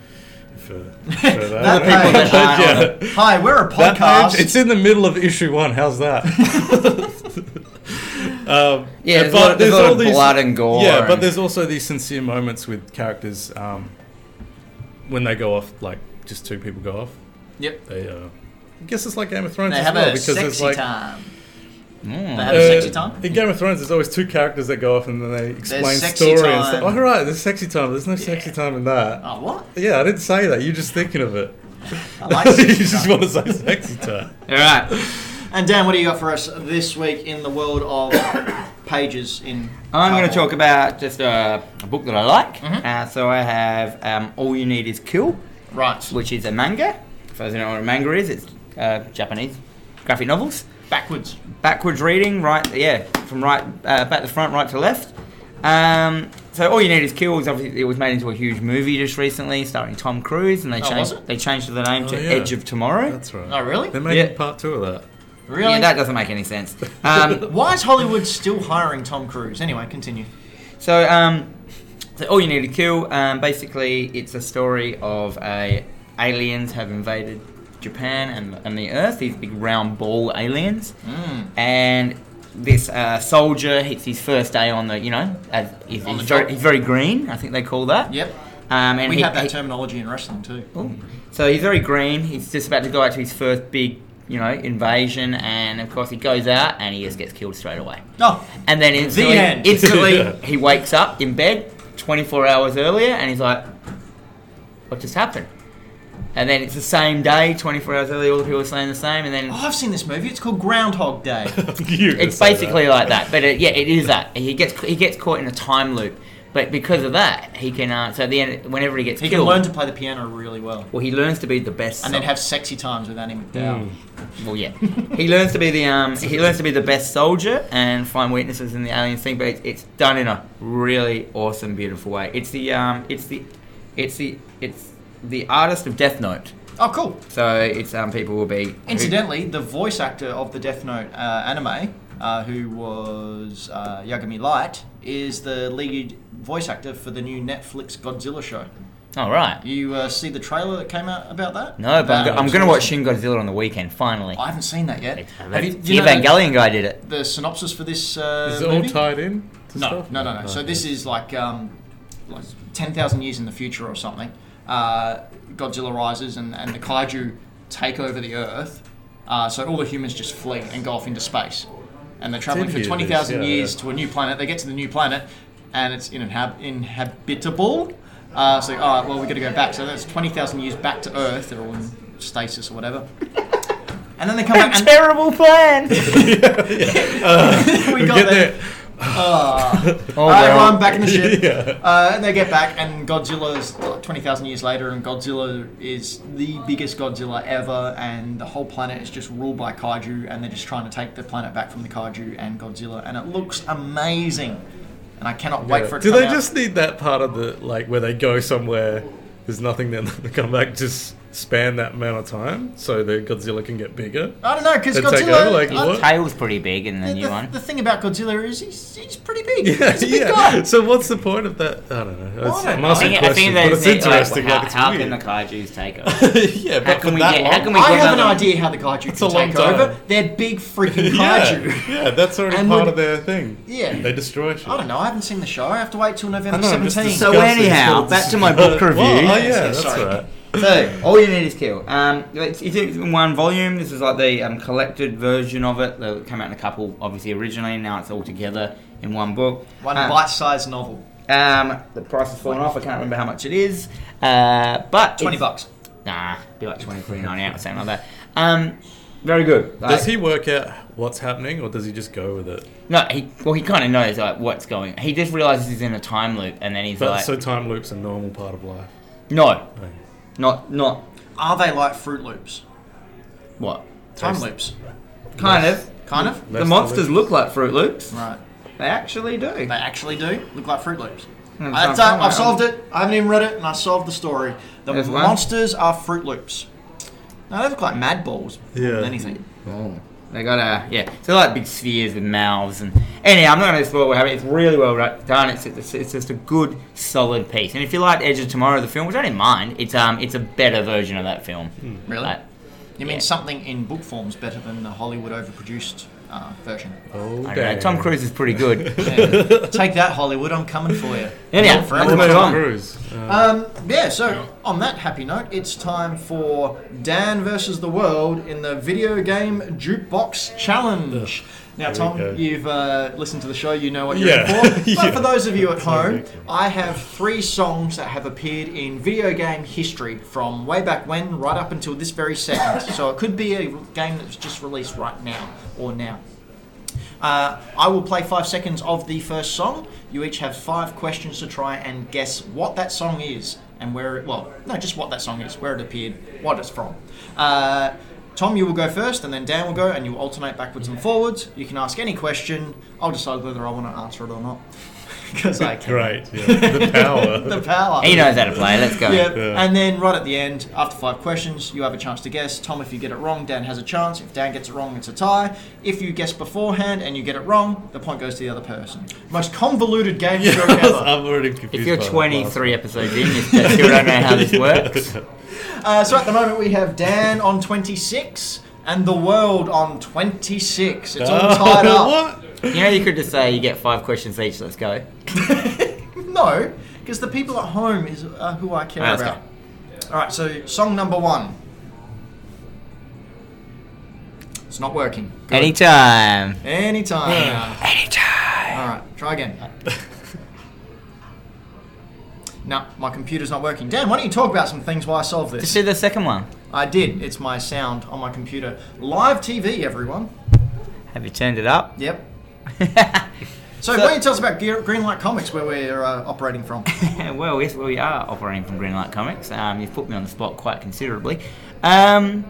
[SPEAKER 3] For, for that,
[SPEAKER 1] That page.
[SPEAKER 3] Uh,
[SPEAKER 1] uh,
[SPEAKER 3] That page, yeah.
[SPEAKER 1] Hi, we're a
[SPEAKER 3] That
[SPEAKER 1] podcast.
[SPEAKER 3] page, it's in the middle of issue one. How's that? um,
[SPEAKER 2] Yeah, there's a lot- there's a lot of blood and gore
[SPEAKER 3] Yeah, but
[SPEAKER 2] and-
[SPEAKER 3] there's also these sincere moments with characters um, when they go off. Like just two people go off.
[SPEAKER 1] yep.
[SPEAKER 3] They, uh, I guess it's like Game of Thrones
[SPEAKER 1] They
[SPEAKER 3] as
[SPEAKER 1] have
[SPEAKER 3] well
[SPEAKER 1] a
[SPEAKER 3] because there's
[SPEAKER 1] sexy
[SPEAKER 3] like
[SPEAKER 1] time.
[SPEAKER 2] Mm.
[SPEAKER 1] They have a sexy
[SPEAKER 3] uh,
[SPEAKER 1] time.
[SPEAKER 3] In Game of Thrones, there's always two characters that go off and then they explain
[SPEAKER 1] sexy
[SPEAKER 3] story
[SPEAKER 1] time.
[SPEAKER 3] and stuff. Oh, right, there's sexy time. There's no sexy time in that.
[SPEAKER 1] Oh, what?
[SPEAKER 3] Yeah, I didn't say that. You're just thinking of it.
[SPEAKER 1] I like sexy
[SPEAKER 3] you just
[SPEAKER 1] time.
[SPEAKER 3] want to say sexy time.
[SPEAKER 2] All right.
[SPEAKER 1] And Dan, what do you got for us this week in the world of pages in?
[SPEAKER 2] I'm going to
[SPEAKER 1] cardboard?
[SPEAKER 2] talk about just a, a book that I like. Uh, so I have um, All You Need Is Kill,
[SPEAKER 1] right
[SPEAKER 2] which is a manga. For those who don't know what a manga is, it's uh, Japanese graphic novels.
[SPEAKER 1] backwards.
[SPEAKER 2] Backwards reading, right? Yeah, from right uh, back to front, right to left. Um, so all you need is kill. Is obviously it was made into a huge movie just recently, starring Tom Cruise, and they
[SPEAKER 1] Oh, was
[SPEAKER 2] changed
[SPEAKER 1] it?
[SPEAKER 2] they changed the name to
[SPEAKER 3] yeah.
[SPEAKER 2] Edge of Tomorrow.
[SPEAKER 3] That's right.
[SPEAKER 1] Oh, really?
[SPEAKER 3] They're making
[SPEAKER 2] Yeah.
[SPEAKER 3] part two of that.
[SPEAKER 1] Really?
[SPEAKER 2] Yeah, that doesn't make any sense. Um,
[SPEAKER 1] Why is Hollywood still hiring Tom Cruise? Anyway, continue.
[SPEAKER 2] So, um, so all you need to kill. Um, basically, it's a story of a aliens have invaded Japan and, and the Earth. These big round ball aliens,
[SPEAKER 1] Hmm.
[SPEAKER 2] and this uh, soldier it's his first day on the you know as, he's,
[SPEAKER 1] On the
[SPEAKER 2] he's, very,
[SPEAKER 1] job.
[SPEAKER 2] he's very green. I think they call that.
[SPEAKER 1] Yep.
[SPEAKER 2] Um, and
[SPEAKER 1] We
[SPEAKER 2] he,
[SPEAKER 1] have that
[SPEAKER 2] he-
[SPEAKER 1] terminology in wrestling too.
[SPEAKER 2] Ooh. So he's very green. He's just about to go out to his first big, you know, invasion, and of course he goes out and he just gets killed straight away.
[SPEAKER 1] Oh,
[SPEAKER 2] And then instantly,
[SPEAKER 1] end.
[SPEAKER 2] instantly
[SPEAKER 3] Yeah.
[SPEAKER 2] he wakes up in bed 24 hours earlier and he's like, what just happened? And then it's the same day, 24 hours earlier, all the people are saying the same, and then
[SPEAKER 1] oh I've seen this movie. It's called Groundhog Day.
[SPEAKER 3] You were gonna
[SPEAKER 2] it's
[SPEAKER 3] say
[SPEAKER 2] basically
[SPEAKER 3] that.
[SPEAKER 2] like that. But it, yeah, it is that. He gets he gets caught in a time loop. But because of that, he can, uh, so at the end, whenever he gets
[SPEAKER 1] He can
[SPEAKER 2] killed,
[SPEAKER 1] learn to play the piano really well,
[SPEAKER 2] well, he learns to be the best.
[SPEAKER 1] and then have sexy times with Annie McDowell.
[SPEAKER 2] Hmm. Well, yeah, he learns to be the um, he learns to be the best soldier and find weaknesses in the alien thing, but it's, it's done in a really awesome, beautiful way. It's the um, it's the, it's the it's the artist of Death Note.
[SPEAKER 1] Oh, cool.
[SPEAKER 2] So it's um, people will be
[SPEAKER 1] Incidentally, the voice actor of the Death Note uh, anime, uh, who was uh, Yagami Light, is the lead voice actor for the new Netflix Godzilla show.
[SPEAKER 2] All right.
[SPEAKER 1] You uh, see the trailer that came out about that?
[SPEAKER 2] No, but I'm, go-
[SPEAKER 1] Um,
[SPEAKER 2] I'm going to watch Shin Godzilla on the weekend. Finally,
[SPEAKER 1] I haven't seen that yet. Have you,
[SPEAKER 2] the
[SPEAKER 1] do you know the,
[SPEAKER 2] Evangelion guy did it.
[SPEAKER 1] the synopsis for this uh,
[SPEAKER 3] Is it all
[SPEAKER 1] movie?
[SPEAKER 3] tied in? to
[SPEAKER 1] No,
[SPEAKER 3] stuff? Oh,
[SPEAKER 1] no, no, no. So this is like, um, like ten thousand years in the future or something. Uh, uh, Godzilla rises and, and the kaiju take over the Earth. Uh, so all the humans just flee and go off into space. And they're traveling
[SPEAKER 3] Did
[SPEAKER 1] for
[SPEAKER 3] you do
[SPEAKER 1] 20,000
[SPEAKER 3] this? Yeah,
[SPEAKER 1] years
[SPEAKER 3] yeah.
[SPEAKER 1] to a new planet. They get to the new planet and it's inhab- inhabitable. Uh, so, all right, well, we've got to go back. So that's 20,000 years back to Earth. They're all in stasis or whatever. And then they come back and
[SPEAKER 2] Terrible plan.
[SPEAKER 1] we got
[SPEAKER 3] Get
[SPEAKER 1] there.
[SPEAKER 3] there.
[SPEAKER 2] oh,
[SPEAKER 1] All right,
[SPEAKER 2] well.
[SPEAKER 1] everyone, back in the ship. Uh, and they get back, and Godzilla's like, 20,000 years later, and Godzilla is the biggest Godzilla ever, and the whole planet is just ruled by kaiju, and they're just trying to take the planet back from the kaiju and Godzilla, and it looks amazing. And I cannot wait for it to
[SPEAKER 3] Do
[SPEAKER 1] come
[SPEAKER 3] they
[SPEAKER 1] out.
[SPEAKER 3] just need that part of the like where they go somewhere? There's nothing there. They come back. Just span that amount of time so the Godzilla can get bigger.
[SPEAKER 1] I don't know, because
[SPEAKER 3] They take
[SPEAKER 1] Godzilla.
[SPEAKER 3] over, like,
[SPEAKER 1] I-
[SPEAKER 3] what?
[SPEAKER 2] Tail's pretty big in the,
[SPEAKER 1] the,
[SPEAKER 2] new
[SPEAKER 1] the-
[SPEAKER 2] one.
[SPEAKER 1] the thing about Godzilla is he's, he's pretty big.
[SPEAKER 3] Yeah,
[SPEAKER 1] He's a big guy.
[SPEAKER 3] So what's the point of that? I don't know. It's,
[SPEAKER 1] don't
[SPEAKER 3] I'm
[SPEAKER 1] know.
[SPEAKER 3] asking
[SPEAKER 2] I think, I think
[SPEAKER 3] questions,
[SPEAKER 2] they
[SPEAKER 3] but it's
[SPEAKER 2] need, like,
[SPEAKER 3] interesting.
[SPEAKER 2] how,
[SPEAKER 3] Like, it's
[SPEAKER 2] how
[SPEAKER 3] weird.
[SPEAKER 2] can the kaiju's take over?
[SPEAKER 3] yeah, but
[SPEAKER 2] how
[SPEAKER 3] for
[SPEAKER 2] can we
[SPEAKER 3] that
[SPEAKER 2] get?
[SPEAKER 3] long,
[SPEAKER 2] How can we
[SPEAKER 1] I
[SPEAKER 2] get
[SPEAKER 1] have an
[SPEAKER 2] another-
[SPEAKER 1] idea how the kaiju
[SPEAKER 3] a
[SPEAKER 1] can
[SPEAKER 3] long
[SPEAKER 1] take over.
[SPEAKER 3] time.
[SPEAKER 1] They're big freaking kaiju.
[SPEAKER 3] yeah, yeah, that's already
[SPEAKER 1] And
[SPEAKER 3] part
[SPEAKER 1] would-
[SPEAKER 3] of their thing.
[SPEAKER 1] Yeah.
[SPEAKER 3] they destroy shit.
[SPEAKER 1] I don't know. I haven't seen the show. I have to wait till November
[SPEAKER 3] I know, I'm just
[SPEAKER 1] 17.
[SPEAKER 2] So
[SPEAKER 3] disgusting.
[SPEAKER 2] anyhow, back to my book
[SPEAKER 3] Well,
[SPEAKER 2] review.
[SPEAKER 3] oh yeah,
[SPEAKER 1] yeah,
[SPEAKER 3] that's
[SPEAKER 1] sorry.
[SPEAKER 3] right.
[SPEAKER 2] So all you need is kill. Um, it's, it's in one volume. This is like the um, collected version of it. They came out in a couple, obviously originally. Now it's all together in one book.
[SPEAKER 1] One
[SPEAKER 2] um,
[SPEAKER 1] bite-sized novel.
[SPEAKER 2] Um, the price has fallen off. I can't remember how much it is. Uh, but
[SPEAKER 1] Twenty
[SPEAKER 2] it's-
[SPEAKER 1] bucks.
[SPEAKER 2] Nah, be like twenty three ninety eight or something like that. Um, very good. Like-
[SPEAKER 3] Does he work out what's happening, or does he just go with it?
[SPEAKER 2] No, he well, he kind of knows like what's going. He just realizes he's in a time loop, and then he's
[SPEAKER 3] But
[SPEAKER 2] like,
[SPEAKER 3] so time loops a normal part of life.
[SPEAKER 2] "No,
[SPEAKER 3] Like,
[SPEAKER 2] not not
[SPEAKER 1] Are they like Fruit Loops?
[SPEAKER 2] what?
[SPEAKER 1] Time
[SPEAKER 3] Taste-
[SPEAKER 1] loops,
[SPEAKER 2] Kind of.
[SPEAKER 1] kind of.
[SPEAKER 2] the
[SPEAKER 3] Less
[SPEAKER 2] monsters
[SPEAKER 3] than-
[SPEAKER 2] look like Fruit Loops.
[SPEAKER 1] Right.
[SPEAKER 2] They actually do.
[SPEAKER 1] They actually do look like Fruit Loops.
[SPEAKER 2] Hmm,
[SPEAKER 1] That's
[SPEAKER 2] sounds
[SPEAKER 1] it. I've
[SPEAKER 2] familiar.
[SPEAKER 1] solved it. I haven't even read it, and I solved the story. The
[SPEAKER 2] There's one.
[SPEAKER 1] monsters are Fruit Loops. No, they look like Mad Balls. more than
[SPEAKER 3] Yeah.
[SPEAKER 1] Anything.
[SPEAKER 2] Oh, they got a yeah. So like big spheres with mouths and anyhow, I'm not going to spoil what happened. It's really well writ- done. It's, it's it's just a good solid piece. And if you like Edge of Tomorrow, the film, which I didn't mind, it's um it's a better version of that film.
[SPEAKER 1] Really?
[SPEAKER 2] Like,
[SPEAKER 1] You mean something in book form's better than the Hollywood overproduced uh, version?
[SPEAKER 3] Oh,
[SPEAKER 2] I don't
[SPEAKER 3] damn.
[SPEAKER 2] know. Tom Cruise is pretty good.
[SPEAKER 1] Yeah. Take that, Hollywood. I'm coming for you.
[SPEAKER 2] Anyhow,
[SPEAKER 1] Not
[SPEAKER 2] let's
[SPEAKER 1] forever.
[SPEAKER 3] Oh, Tom
[SPEAKER 2] move on.
[SPEAKER 3] Cruise. Uh,
[SPEAKER 1] Um, yeah, so on that happy note, it's time for Dan versus the world in the video game jukebox challenge. Now,
[SPEAKER 3] we
[SPEAKER 1] Tom,
[SPEAKER 3] go.
[SPEAKER 1] you've uh, listened to the show, you know what you're
[SPEAKER 3] Yeah.
[SPEAKER 1] in for. But
[SPEAKER 3] Yeah.
[SPEAKER 1] for those of you at home, I have three songs that have appeared in video game history from way back when right up until this very second. so it could be a game that's just released right now or now. Uh, I will play five seconds of the first song. You each have five questions to try and guess what that song is and where it, well, no, just what that song is, where it appeared, what it's from. Uh, Tom, you will go first, and then Dan will go, and you will alternate backwards and forwards. You can ask any question. I'll decide whether I want to answer it or not. Because I can.
[SPEAKER 3] great. Yeah. The power.
[SPEAKER 1] The power.
[SPEAKER 2] he knows how to play. Let's go.
[SPEAKER 1] Yep.
[SPEAKER 3] Yeah.
[SPEAKER 1] And then right at the end, after five questions, you have a chance to guess. Tom, if you get it wrong, Dan has a chance. If Dan gets it wrong, it's a tie. If you guess beforehand and you get it wrong, the point goes to the other person. Most convoluted game show ever.
[SPEAKER 3] I'm already confused.
[SPEAKER 2] If you're
[SPEAKER 3] by that
[SPEAKER 2] 23 episodes in, you still don't know how this works.
[SPEAKER 1] Uh, so at the moment, we have Dan on 26 and the world on 26. It's all
[SPEAKER 3] last one.
[SPEAKER 1] tied up.
[SPEAKER 3] Uh, what?
[SPEAKER 2] You know, you could just say you get five questions each. Let's go.
[SPEAKER 1] No, because the people at home is uh, who I care
[SPEAKER 2] Alright, let's
[SPEAKER 1] about. All right, so song number one. It's not working. Good.
[SPEAKER 2] Anytime.
[SPEAKER 1] Anytime. Anytime. All right, try again. no, my computer's not working. Dan, why don't you talk about some things while I solve
[SPEAKER 2] Just
[SPEAKER 1] this?
[SPEAKER 2] do the second one.
[SPEAKER 1] I did. It's my sound on my computer. Live TV, everyone.
[SPEAKER 2] Have you turned it up?
[SPEAKER 1] Yep. So, why don't you tell us about Gear- Greenlight Comics, where we're uh, operating from?
[SPEAKER 2] well, yes, we are operating from Greenlight Comics. Um, you've put me on the spot quite considerably. Um,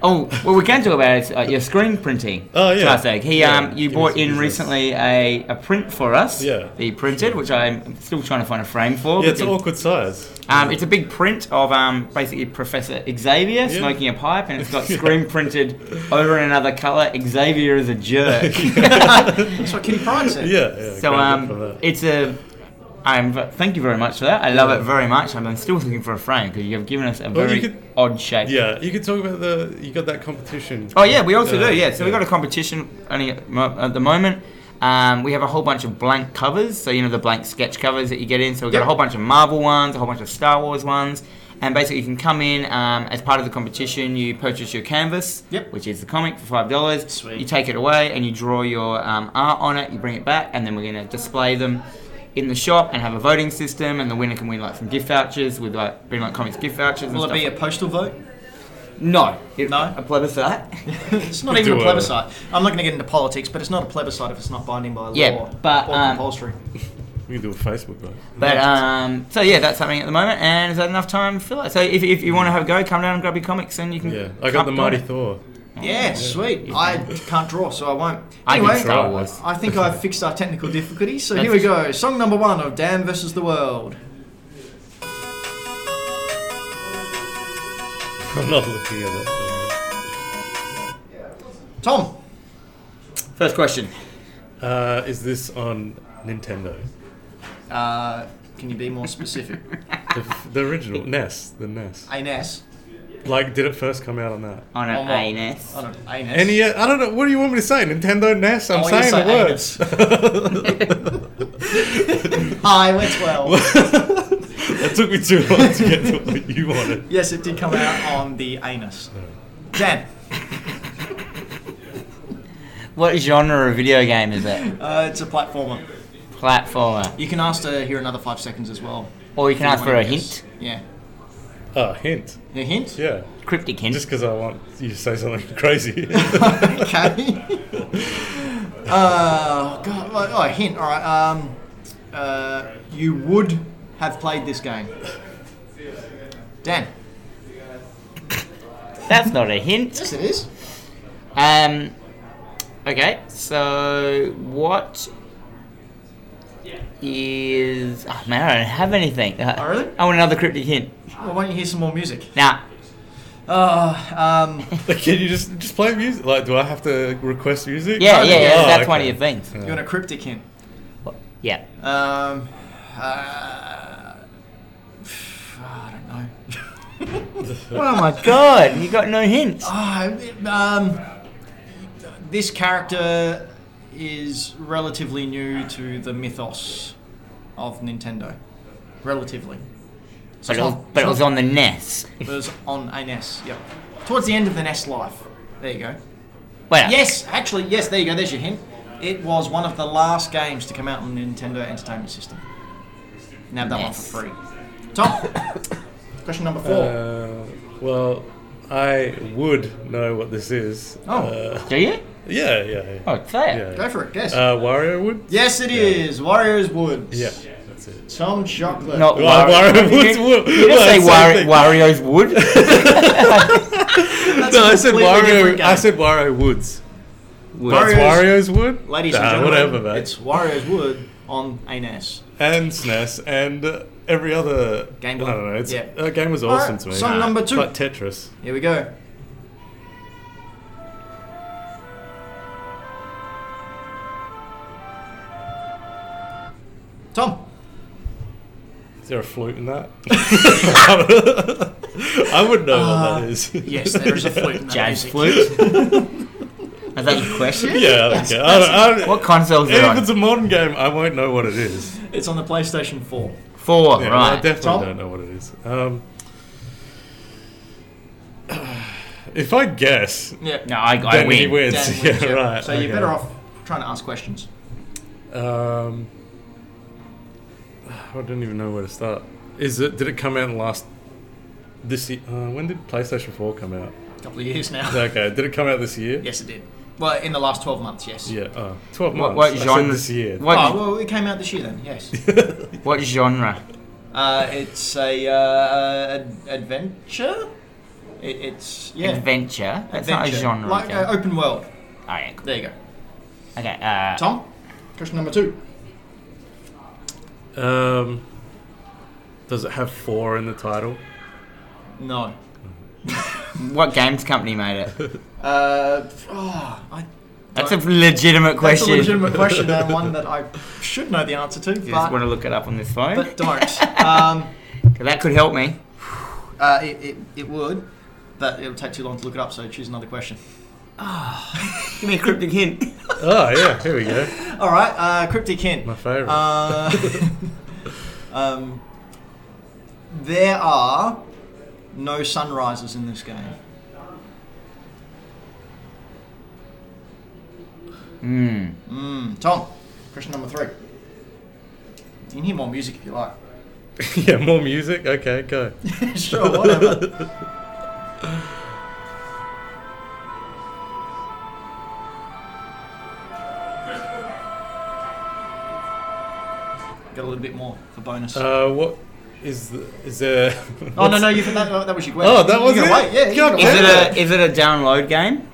[SPEAKER 2] oh, well, we can talk about it. Uh, your screen printing.
[SPEAKER 3] Oh, yeah.
[SPEAKER 2] Tarsak. He,
[SPEAKER 3] Yeah,
[SPEAKER 2] um, you
[SPEAKER 3] give
[SPEAKER 2] bought
[SPEAKER 3] us- give
[SPEAKER 2] in
[SPEAKER 3] us-
[SPEAKER 2] recently a, a print for us.
[SPEAKER 3] Yeah.
[SPEAKER 2] That you printed, which I'm still trying to find a frame for.
[SPEAKER 3] Yeah,
[SPEAKER 2] because-
[SPEAKER 3] it's an awkward size.
[SPEAKER 2] Um, it's a big print of um, basically Professor Xavier smoking a pipe, and it's got screen printed over in another colour. Xavier is a jerk.
[SPEAKER 1] That's what Kitty Pride said.
[SPEAKER 3] Yeah. yeah
[SPEAKER 2] so
[SPEAKER 3] great
[SPEAKER 2] um,
[SPEAKER 3] for that.
[SPEAKER 2] it's a. I'm, v- thank you very much for that. I love it very much. and I'm still looking for a frame because you have given us a
[SPEAKER 3] you
[SPEAKER 2] very
[SPEAKER 3] could-
[SPEAKER 2] odd shape.
[SPEAKER 3] yeah. You could talk about the. You got that competition.
[SPEAKER 2] Oh yeah, we also
[SPEAKER 3] Uh,
[SPEAKER 2] do. Yeah, so we
[SPEAKER 3] yeah.
[SPEAKER 2] got a competition only at, mo- at the moment. Um, we have a whole bunch of blank covers, so you know the blank sketch covers that you get in. So we've got
[SPEAKER 3] Yep.
[SPEAKER 2] a whole bunch of Marvel ones, a whole bunch of Star Wars ones, and basically you can come in um, as part of the competition. You purchase your canvas,
[SPEAKER 1] Yep.
[SPEAKER 2] which is the comic for five dollars.
[SPEAKER 1] Sweet.
[SPEAKER 2] You take it away and you draw your um, art on it. You bring it back, and then we're going to display them in the shop and have a voting system. And the winner can win like some gift vouchers with like bring like comics gift vouchers. And
[SPEAKER 1] Will it
[SPEAKER 2] stuff
[SPEAKER 1] be a
[SPEAKER 2] like-
[SPEAKER 1] postal vote?
[SPEAKER 2] no, It-
[SPEAKER 1] No?
[SPEAKER 2] a plebiscite?
[SPEAKER 1] It's not even a
[SPEAKER 3] do a-
[SPEAKER 1] plebiscite. I'm not going to get into politics, but it's not a plebiscite if it's not binding by law
[SPEAKER 2] Yeah, but,
[SPEAKER 1] or
[SPEAKER 2] um,
[SPEAKER 1] compulsory.
[SPEAKER 3] We can do a Facebook vote.
[SPEAKER 2] But um, so yeah, that's happening at the moment, and is that enough time to fill it? So if, if you want to have a go, come down and grab your comics, and you can.
[SPEAKER 3] Yeah, I got
[SPEAKER 2] come
[SPEAKER 3] the
[SPEAKER 2] down.
[SPEAKER 3] Mighty Thor.
[SPEAKER 1] Yeah, sweet. I can't draw, so I won't.
[SPEAKER 2] I can
[SPEAKER 1] Anyway,
[SPEAKER 2] Star Wars.
[SPEAKER 1] I think I've fixed our technical difficulties, so
[SPEAKER 2] That's-
[SPEAKER 1] here we go. Song number one of Dan versus the World.
[SPEAKER 3] I'm not looking at it.
[SPEAKER 1] Tom,
[SPEAKER 2] First question.
[SPEAKER 3] Uh, is this on Nintendo?
[SPEAKER 1] uh, can you be more specific?
[SPEAKER 3] The, the original NES, the NES.
[SPEAKER 1] ANS.
[SPEAKER 3] Like, did it first come out on that?
[SPEAKER 2] On
[SPEAKER 1] On
[SPEAKER 2] an
[SPEAKER 1] what?
[SPEAKER 2] anus.
[SPEAKER 1] I don't know. ANS.
[SPEAKER 3] Any, I don't know. What do you want me to say? Nintendo NES. I'm
[SPEAKER 1] Oh, you
[SPEAKER 3] saying
[SPEAKER 1] say
[SPEAKER 3] the words.
[SPEAKER 1] Hi, we're 12.
[SPEAKER 3] it took me too long to get to what you wanted.
[SPEAKER 1] yes, it did come out on the anus. Dan,
[SPEAKER 2] What genre of video game is it?
[SPEAKER 1] uh, it's a platformer.
[SPEAKER 2] Platformer.
[SPEAKER 1] You can ask to hear another five seconds as well.
[SPEAKER 2] Or you can ask for a
[SPEAKER 1] wanna guess.
[SPEAKER 2] hint.
[SPEAKER 1] Yeah.
[SPEAKER 3] Oh, hint.
[SPEAKER 1] A hint?
[SPEAKER 3] Yeah.
[SPEAKER 2] Cryptic hint.
[SPEAKER 3] Just because I want you to say something crazy.
[SPEAKER 1] Okay. uh, God, oh, oh, a hint. All right. Um, uh, you would have played this game, Dan.
[SPEAKER 2] That's not a hint.
[SPEAKER 1] Yes, it is.
[SPEAKER 2] Um. Okay. So what is? Oh man, I don't have anything.
[SPEAKER 1] Oh, really?
[SPEAKER 2] I want another cryptic hint.
[SPEAKER 1] Well, why don't you hear some more music?
[SPEAKER 2] Now,
[SPEAKER 1] Uh, um,
[SPEAKER 3] Like, Can you just just play music? Like, do I have to request music?
[SPEAKER 2] yeah, yeah, yeah.
[SPEAKER 3] Oh,
[SPEAKER 2] that's
[SPEAKER 3] okay.
[SPEAKER 2] one of your things.
[SPEAKER 1] you want a cryptic hint?
[SPEAKER 2] Yeah.
[SPEAKER 1] Um, uh, I don't know.
[SPEAKER 2] Oh my god, you got no hints.
[SPEAKER 1] Uh, um, this character is relatively new to the mythos of Nintendo. Relatively. So
[SPEAKER 2] But it
[SPEAKER 1] it's
[SPEAKER 2] was,
[SPEAKER 1] not-
[SPEAKER 2] but it
[SPEAKER 1] it's
[SPEAKER 2] was
[SPEAKER 1] not-
[SPEAKER 2] on the NES.
[SPEAKER 1] It was on a NES, yep. Towards the end of the NES life. There you go.
[SPEAKER 2] Wait,
[SPEAKER 1] Yes, actually, yes, there you go. There's your hint. It was one of the last games to come out on the Nintendo Entertainment System. Nab that
[SPEAKER 2] Yes.
[SPEAKER 1] one for free. Tom, question number four.
[SPEAKER 3] Uh, well, I would know what this is.
[SPEAKER 1] Oh.
[SPEAKER 3] Uh,
[SPEAKER 2] Do you?
[SPEAKER 3] yeah, yeah, yeah.
[SPEAKER 2] Oh, say it.
[SPEAKER 3] yeah.
[SPEAKER 1] go for it, guess.
[SPEAKER 3] Uh, Wario Wood?
[SPEAKER 1] yes, it is. Warriors Woods.
[SPEAKER 3] Yeah, that's it.
[SPEAKER 1] Tom Chocolate.
[SPEAKER 2] Not
[SPEAKER 3] Well,
[SPEAKER 2] Wario.
[SPEAKER 3] Wario Wood's
[SPEAKER 2] You
[SPEAKER 3] Wood.
[SPEAKER 2] didn't, you didn't
[SPEAKER 3] Well,
[SPEAKER 2] say
[SPEAKER 3] same
[SPEAKER 2] Wario,
[SPEAKER 3] thing.
[SPEAKER 2] Wario's Wood.
[SPEAKER 1] That's
[SPEAKER 3] No,
[SPEAKER 1] a
[SPEAKER 3] I said
[SPEAKER 1] completely different
[SPEAKER 3] Wario.
[SPEAKER 1] game.
[SPEAKER 3] I said Wario Woods.
[SPEAKER 1] Wario's-
[SPEAKER 3] That's Wario's Wood.
[SPEAKER 1] Ladies and
[SPEAKER 3] Nah,
[SPEAKER 1] gentlemen,
[SPEAKER 3] whatever, mate.
[SPEAKER 1] it's Warriors Wood on a E NES.
[SPEAKER 3] and SNES and uh, every other
[SPEAKER 1] Game Boy.
[SPEAKER 3] I don't know. It's,
[SPEAKER 1] Yeah.
[SPEAKER 3] That game was awesome
[SPEAKER 1] Alright,
[SPEAKER 3] to me.
[SPEAKER 1] song Nah. number two.
[SPEAKER 3] Like Tetris.
[SPEAKER 1] Here we go. Tom.
[SPEAKER 3] Is there a flute in that? I wouldn't know what
[SPEAKER 1] Uh,
[SPEAKER 3] that is.
[SPEAKER 1] Yes, there is a flute in that music.
[SPEAKER 2] Jazz flute. Is that your question?
[SPEAKER 3] yeah, I don't care. I don't, I don't,
[SPEAKER 2] What consoles is it
[SPEAKER 3] if
[SPEAKER 2] on?
[SPEAKER 3] it's a modern game, I won't know what it is.
[SPEAKER 1] It's on the PlayStation 4.
[SPEAKER 2] Four,
[SPEAKER 3] Yeah, I
[SPEAKER 2] right.
[SPEAKER 3] definitely
[SPEAKER 1] Tom?
[SPEAKER 3] don't know what it is. Um, if I guess,
[SPEAKER 1] Yeah.
[SPEAKER 2] no, I, I
[SPEAKER 3] then he
[SPEAKER 2] win.
[SPEAKER 3] wins. yeah, right.
[SPEAKER 1] So
[SPEAKER 3] okay.
[SPEAKER 1] you're better off trying to ask questions.
[SPEAKER 3] Um, I don't even know where to start. Is it? Did it come out in last? This year, uh, when did PlayStation Four come out?
[SPEAKER 1] A couple of years now.
[SPEAKER 3] Okay, did it come out this year?
[SPEAKER 1] Yes, it did. Well, in the last 12 months, yes.
[SPEAKER 3] Yeah, uh, twelve
[SPEAKER 2] What,
[SPEAKER 3] months.
[SPEAKER 2] what
[SPEAKER 3] I said
[SPEAKER 2] genre?
[SPEAKER 3] this year.
[SPEAKER 2] What,
[SPEAKER 1] Oh, well, it came out this year then, yes.
[SPEAKER 2] what genre?
[SPEAKER 1] uh, it's a uh, ad- adventure? It, it's, yeah.
[SPEAKER 2] Adventure. That's
[SPEAKER 1] Adventure.
[SPEAKER 2] not a genre.
[SPEAKER 1] Like
[SPEAKER 2] thing.
[SPEAKER 1] uh, open world.
[SPEAKER 2] oh, yeah, cool.
[SPEAKER 1] There you go.
[SPEAKER 2] Okay. Uh,
[SPEAKER 1] Tom, question number two.
[SPEAKER 3] Um, does it have four in the title?
[SPEAKER 1] No.
[SPEAKER 2] what games company made it?
[SPEAKER 1] Uh, oh, I,
[SPEAKER 2] That's a legitimate
[SPEAKER 1] that's a
[SPEAKER 2] question.
[SPEAKER 1] legitimate question and one that I should know the answer to,
[SPEAKER 2] You just want
[SPEAKER 1] but,
[SPEAKER 2] to look it up on this phone.
[SPEAKER 1] but don't. Um,
[SPEAKER 2] 'Cause that could help me.
[SPEAKER 1] uh, it, it, it would, but it would take too long to look it up, so choose another question.
[SPEAKER 2] Give me a cryptic hint.
[SPEAKER 3] Oh Ah, yeah, here we go.
[SPEAKER 1] All right, uh, Cryptic Hint.
[SPEAKER 3] My favourite.
[SPEAKER 1] Uh, um, there are no sunrises in this game.
[SPEAKER 2] Hmm.
[SPEAKER 1] Mm. Tom, question number three. You can hear more music if you like.
[SPEAKER 3] yeah, more music. Okay, go.
[SPEAKER 1] sure, whatever. Got a little bit more for bonus.
[SPEAKER 3] Uh, what is the, is there?
[SPEAKER 1] oh no no, you that, that was your question.
[SPEAKER 3] Oh, that was
[SPEAKER 1] you
[SPEAKER 3] it?
[SPEAKER 1] can Wait. Yeah, you
[SPEAKER 3] God
[SPEAKER 1] can
[SPEAKER 2] Is
[SPEAKER 1] wait.
[SPEAKER 2] it a is it a download game?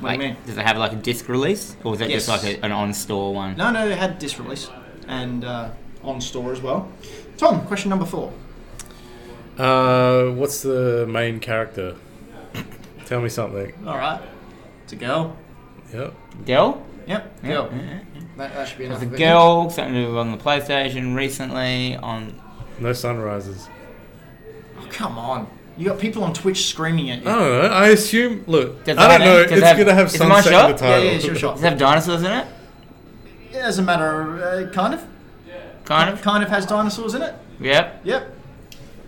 [SPEAKER 1] What do you mean?
[SPEAKER 2] Does it have like a disc release, or is that
[SPEAKER 1] Yes.
[SPEAKER 2] just like a, an on store one?
[SPEAKER 1] No, no, it had disc release and uh, on store as well. Tom, question number four.
[SPEAKER 3] Uh, what's the main character? Tell me something.
[SPEAKER 1] All right, it's a girl.
[SPEAKER 3] Yep.
[SPEAKER 2] Dell.
[SPEAKER 1] Yep, girl. That, that should be enough.
[SPEAKER 2] There's a
[SPEAKER 1] of it.
[SPEAKER 2] girl something to do on the PlayStation recently on.
[SPEAKER 3] No sunrises.
[SPEAKER 1] Oh, come on, you got people on Twitch screaming at you.
[SPEAKER 3] I don't know. I assume. Look,
[SPEAKER 2] Does
[SPEAKER 3] I
[SPEAKER 2] that
[SPEAKER 3] don't
[SPEAKER 2] have-
[SPEAKER 3] know.
[SPEAKER 2] does
[SPEAKER 3] It's
[SPEAKER 2] that have-
[SPEAKER 3] gonna have
[SPEAKER 2] is it my
[SPEAKER 3] sunset in the
[SPEAKER 2] shot?
[SPEAKER 1] yeah,
[SPEAKER 3] title.
[SPEAKER 1] yeah, it's your shot.
[SPEAKER 2] Does it have dinosaurs in it?
[SPEAKER 1] It doesn't matter. Uh, kind of.
[SPEAKER 2] Kind of.
[SPEAKER 1] Kind of has dinosaurs in it.
[SPEAKER 2] Yep.
[SPEAKER 1] Yep.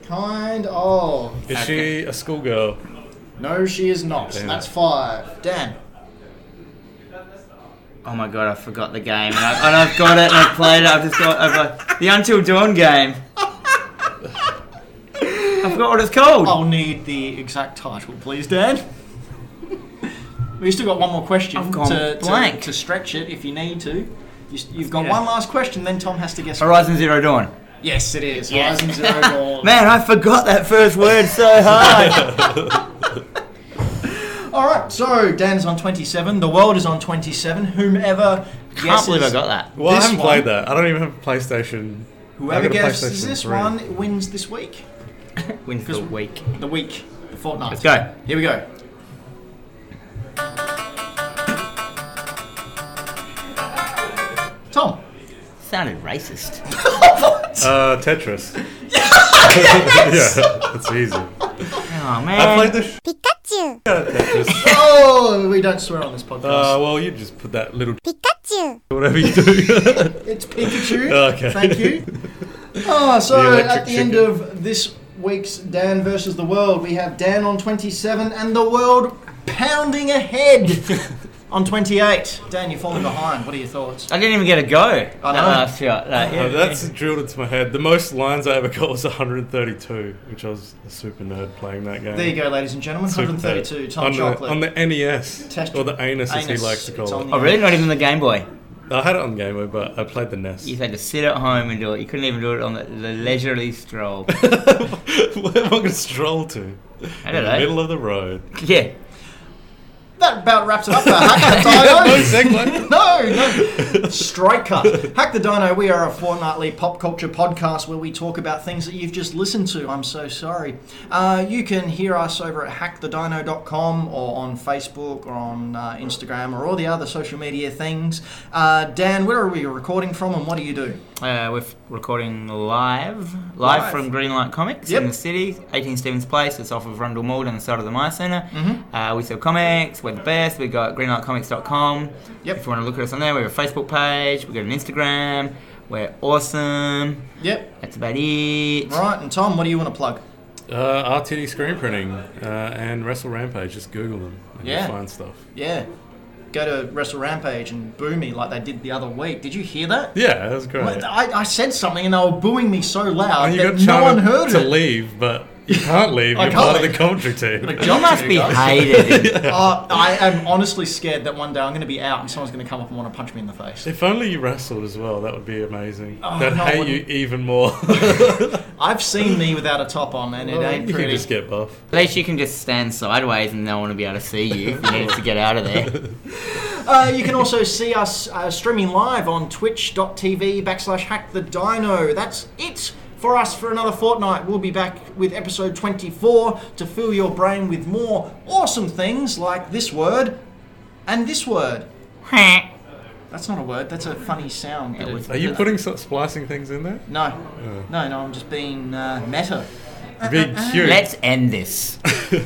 [SPEAKER 1] Kind of.
[SPEAKER 3] Is
[SPEAKER 2] Okay.
[SPEAKER 3] she a schoolgirl?
[SPEAKER 1] No, she is not.
[SPEAKER 3] Damn.
[SPEAKER 1] That's five. Dan.
[SPEAKER 2] Oh my god, I forgot the game, and, I, and I've got it, and I've played it. I've just got I've, uh, the Until Dawn game. I forgot what it's called.
[SPEAKER 1] I'll need the exact title, please, Dan. We've still got one more question
[SPEAKER 2] I've gone
[SPEAKER 1] to, to-
[SPEAKER 2] blank.
[SPEAKER 1] to stretch it if you need to. You, s- you've got
[SPEAKER 2] Yeah.
[SPEAKER 1] one last question, then Tom has to guess.
[SPEAKER 2] Horizon Zero Dawn.
[SPEAKER 1] Yes, it is.
[SPEAKER 2] Yes.
[SPEAKER 1] Horizon Zero Dawn.
[SPEAKER 2] Man, I forgot that first word so hard.
[SPEAKER 1] All right, so Dan's on 27. The world is on 27. Whomever
[SPEAKER 2] Can't
[SPEAKER 1] guesses,
[SPEAKER 2] believe I got that.
[SPEAKER 3] Well,
[SPEAKER 1] This
[SPEAKER 3] I haven't
[SPEAKER 1] one-
[SPEAKER 3] played that. I don't even have a PlayStation.
[SPEAKER 1] whoever
[SPEAKER 3] I got a
[SPEAKER 1] guesses
[SPEAKER 3] PlayStation
[SPEAKER 1] this
[SPEAKER 3] 3.
[SPEAKER 1] one wins this week.
[SPEAKER 2] Wins the week.
[SPEAKER 1] The week, the fortnight.
[SPEAKER 2] Let's go.
[SPEAKER 1] Here we go. Tom.
[SPEAKER 2] Sounded racist.
[SPEAKER 3] Uh, Tetris. yeah, that's easy.
[SPEAKER 2] Oh
[SPEAKER 1] Um,
[SPEAKER 3] I
[SPEAKER 2] man.
[SPEAKER 3] played the shit
[SPEAKER 7] Pikachu,
[SPEAKER 3] out of Tetris.
[SPEAKER 1] Oh, we don't swear on this podcast.
[SPEAKER 3] Uh, well, you just put that little
[SPEAKER 7] Pikachu,
[SPEAKER 3] whatever you do.
[SPEAKER 1] it's Pikachu.
[SPEAKER 3] Okay.
[SPEAKER 1] Thank you. Oh, so
[SPEAKER 3] The electric
[SPEAKER 1] at the end
[SPEAKER 3] chicken.
[SPEAKER 1] of this week's Dan versus the World, we have Dan on 27 and the World pounding ahead on 28. Dan, you're falling behind. What are your thoughts?
[SPEAKER 2] I didn't even get a go. that
[SPEAKER 1] know.
[SPEAKER 2] last shot. Like, yeah,
[SPEAKER 3] Uh, that's drilled into my head. The most lines I ever got was 132, which I was a super nerd playing that game.
[SPEAKER 1] There you go, ladies and gentlemen.
[SPEAKER 3] Super
[SPEAKER 1] 132.
[SPEAKER 3] nerd.
[SPEAKER 1] Tom
[SPEAKER 3] on
[SPEAKER 1] Chocolate.
[SPEAKER 3] The, on the NES.
[SPEAKER 1] Test-
[SPEAKER 3] or the anus, as he
[SPEAKER 1] Anus.
[SPEAKER 3] likes to
[SPEAKER 1] It's
[SPEAKER 3] call
[SPEAKER 1] on
[SPEAKER 3] it.
[SPEAKER 1] the-
[SPEAKER 2] Oh really? Not even the Game Boy.
[SPEAKER 3] I had it on Game Boy, but I played the E NES.
[SPEAKER 2] You had to sit at home and do it. You couldn't even do it on the, the leisurely stroll.
[SPEAKER 3] Where am I going to stroll to?
[SPEAKER 2] I don't
[SPEAKER 3] In the middle
[SPEAKER 2] know.
[SPEAKER 3] of the road.
[SPEAKER 2] Yeah.
[SPEAKER 1] That about wraps it up for Hack the Dino.
[SPEAKER 3] Segway.
[SPEAKER 1] no, no. Strike cut. Hack the Dino, we are a fortnightly pop culture podcast where we talk about things that you've just listened to. I'm so sorry. Uh, you can hear us over at hackthedino.com or on Facebook or on uh, Instagram or all the other social media things. Uh, Dan, where are we recording from and what do you do?
[SPEAKER 2] Uh, we're f- recording live, live,
[SPEAKER 1] Live.
[SPEAKER 2] from Greenlight Comics
[SPEAKER 1] Yep.
[SPEAKER 2] in the city, 18 Stevens Place. It's off of Rundle Mall on the side of the Maya Centre.
[SPEAKER 1] Mm-hmm.
[SPEAKER 2] Uh, we sell comics. We're the best. We got greenlightcomics.com.
[SPEAKER 1] Yep.
[SPEAKER 2] If you want to look at us on there, we have a Facebook page. We got an Instagram. We're awesome.
[SPEAKER 1] Yep.
[SPEAKER 2] That's about it.
[SPEAKER 1] All right, and Tom, what do you want to plug?
[SPEAKER 3] Uh, RTD screen printing uh, and Wrestle Rampage. Just Google them and
[SPEAKER 1] Yeah.
[SPEAKER 3] you'll find stuff.
[SPEAKER 1] Yeah. Go to Wrestle Rampage and boo me like they did the other week. Did you hear that?
[SPEAKER 3] Yeah, that was great.
[SPEAKER 1] Well, I, I said something and they were booing me so loud
[SPEAKER 3] and you
[SPEAKER 1] that
[SPEAKER 3] got
[SPEAKER 1] no one
[SPEAKER 3] Charlie
[SPEAKER 1] heard
[SPEAKER 3] to
[SPEAKER 1] it.
[SPEAKER 3] leave, but you can't leave.
[SPEAKER 1] I
[SPEAKER 3] You're
[SPEAKER 1] can't
[SPEAKER 3] part of the
[SPEAKER 1] leave.
[SPEAKER 3] commentary team.
[SPEAKER 1] Like,
[SPEAKER 2] You must be hated.
[SPEAKER 1] Uh, I am honestly scared that one day I'm going to be out and someone's going to come up and want to punch me in the face.
[SPEAKER 3] If only you wrestled as well, that would be amazing.
[SPEAKER 1] Oh,
[SPEAKER 3] That'd
[SPEAKER 1] no, I
[SPEAKER 3] hate you
[SPEAKER 1] wouldn't.
[SPEAKER 3] even more.
[SPEAKER 1] I've seen me without a top on and it ain't
[SPEAKER 3] you can
[SPEAKER 1] pretty.
[SPEAKER 3] just get buff.
[SPEAKER 2] At least you can just stand sideways and no one will be able to see you if you need to get out of there.
[SPEAKER 1] Uh, you can also see us uh, streaming live on twitch.tv backslash hack the dino. That's it for us for another fortnight. We'll be back with episode 24 to fill your brain with more awesome things like this word and this word. That's not a word, that's a funny sound. that
[SPEAKER 2] It
[SPEAKER 1] it-
[SPEAKER 2] was-
[SPEAKER 3] Are you putting some splicing things in there?
[SPEAKER 1] No,
[SPEAKER 3] Uh.
[SPEAKER 1] no, no. I'm just being uh, meta. Uh,
[SPEAKER 3] Big cute.
[SPEAKER 2] Let's end this.
[SPEAKER 8] I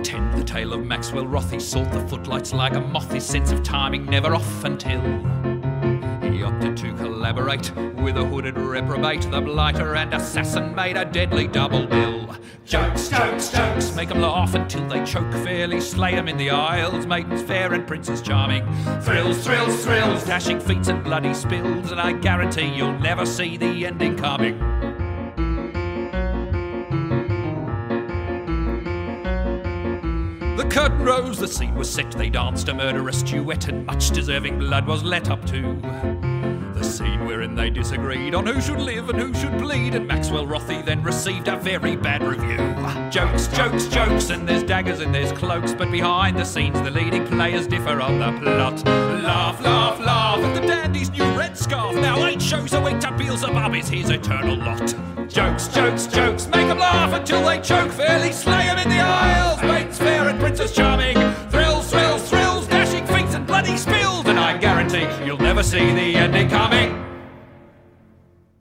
[SPEAKER 7] attend the tale of Maxwell Roth. He sought the footlights like a moth, his sense of timing never off until he opted to collaborate with a hooded reprobate. The blighter and assassin made a deadly double bill. Jokes, jokes, jokes, make 'em laugh until they choke. Fairly slay 'em in the aisles, maidens fair and princes charming. Thrills, thrills, thrills, dashing feats and bloody spills, and I guarantee you'll never see the ending coming. The curtain rose, the scene was set, they danced a murderous duet, and much deserving blood was let up to. The scene wherein they disagreed on who should live and who should bleed, and Maxwell Rothie then received a very bad review. Jokes, jokes, jokes, and there's daggers and there's cloaks, but behind the scenes the leading players differ on the plot. Laugh, laugh, laugh at the dandy's new red scarf. Now eight shows a week to Beelzebub is his eternal lot. Jokes, jokes, jokes, make 'em laugh until they choke, fairly slay 'em in the aisles. Maids fair and princess charming, thrills, thrills, thrills, dashing feats and bloody spills, and I guarantee you'll never see the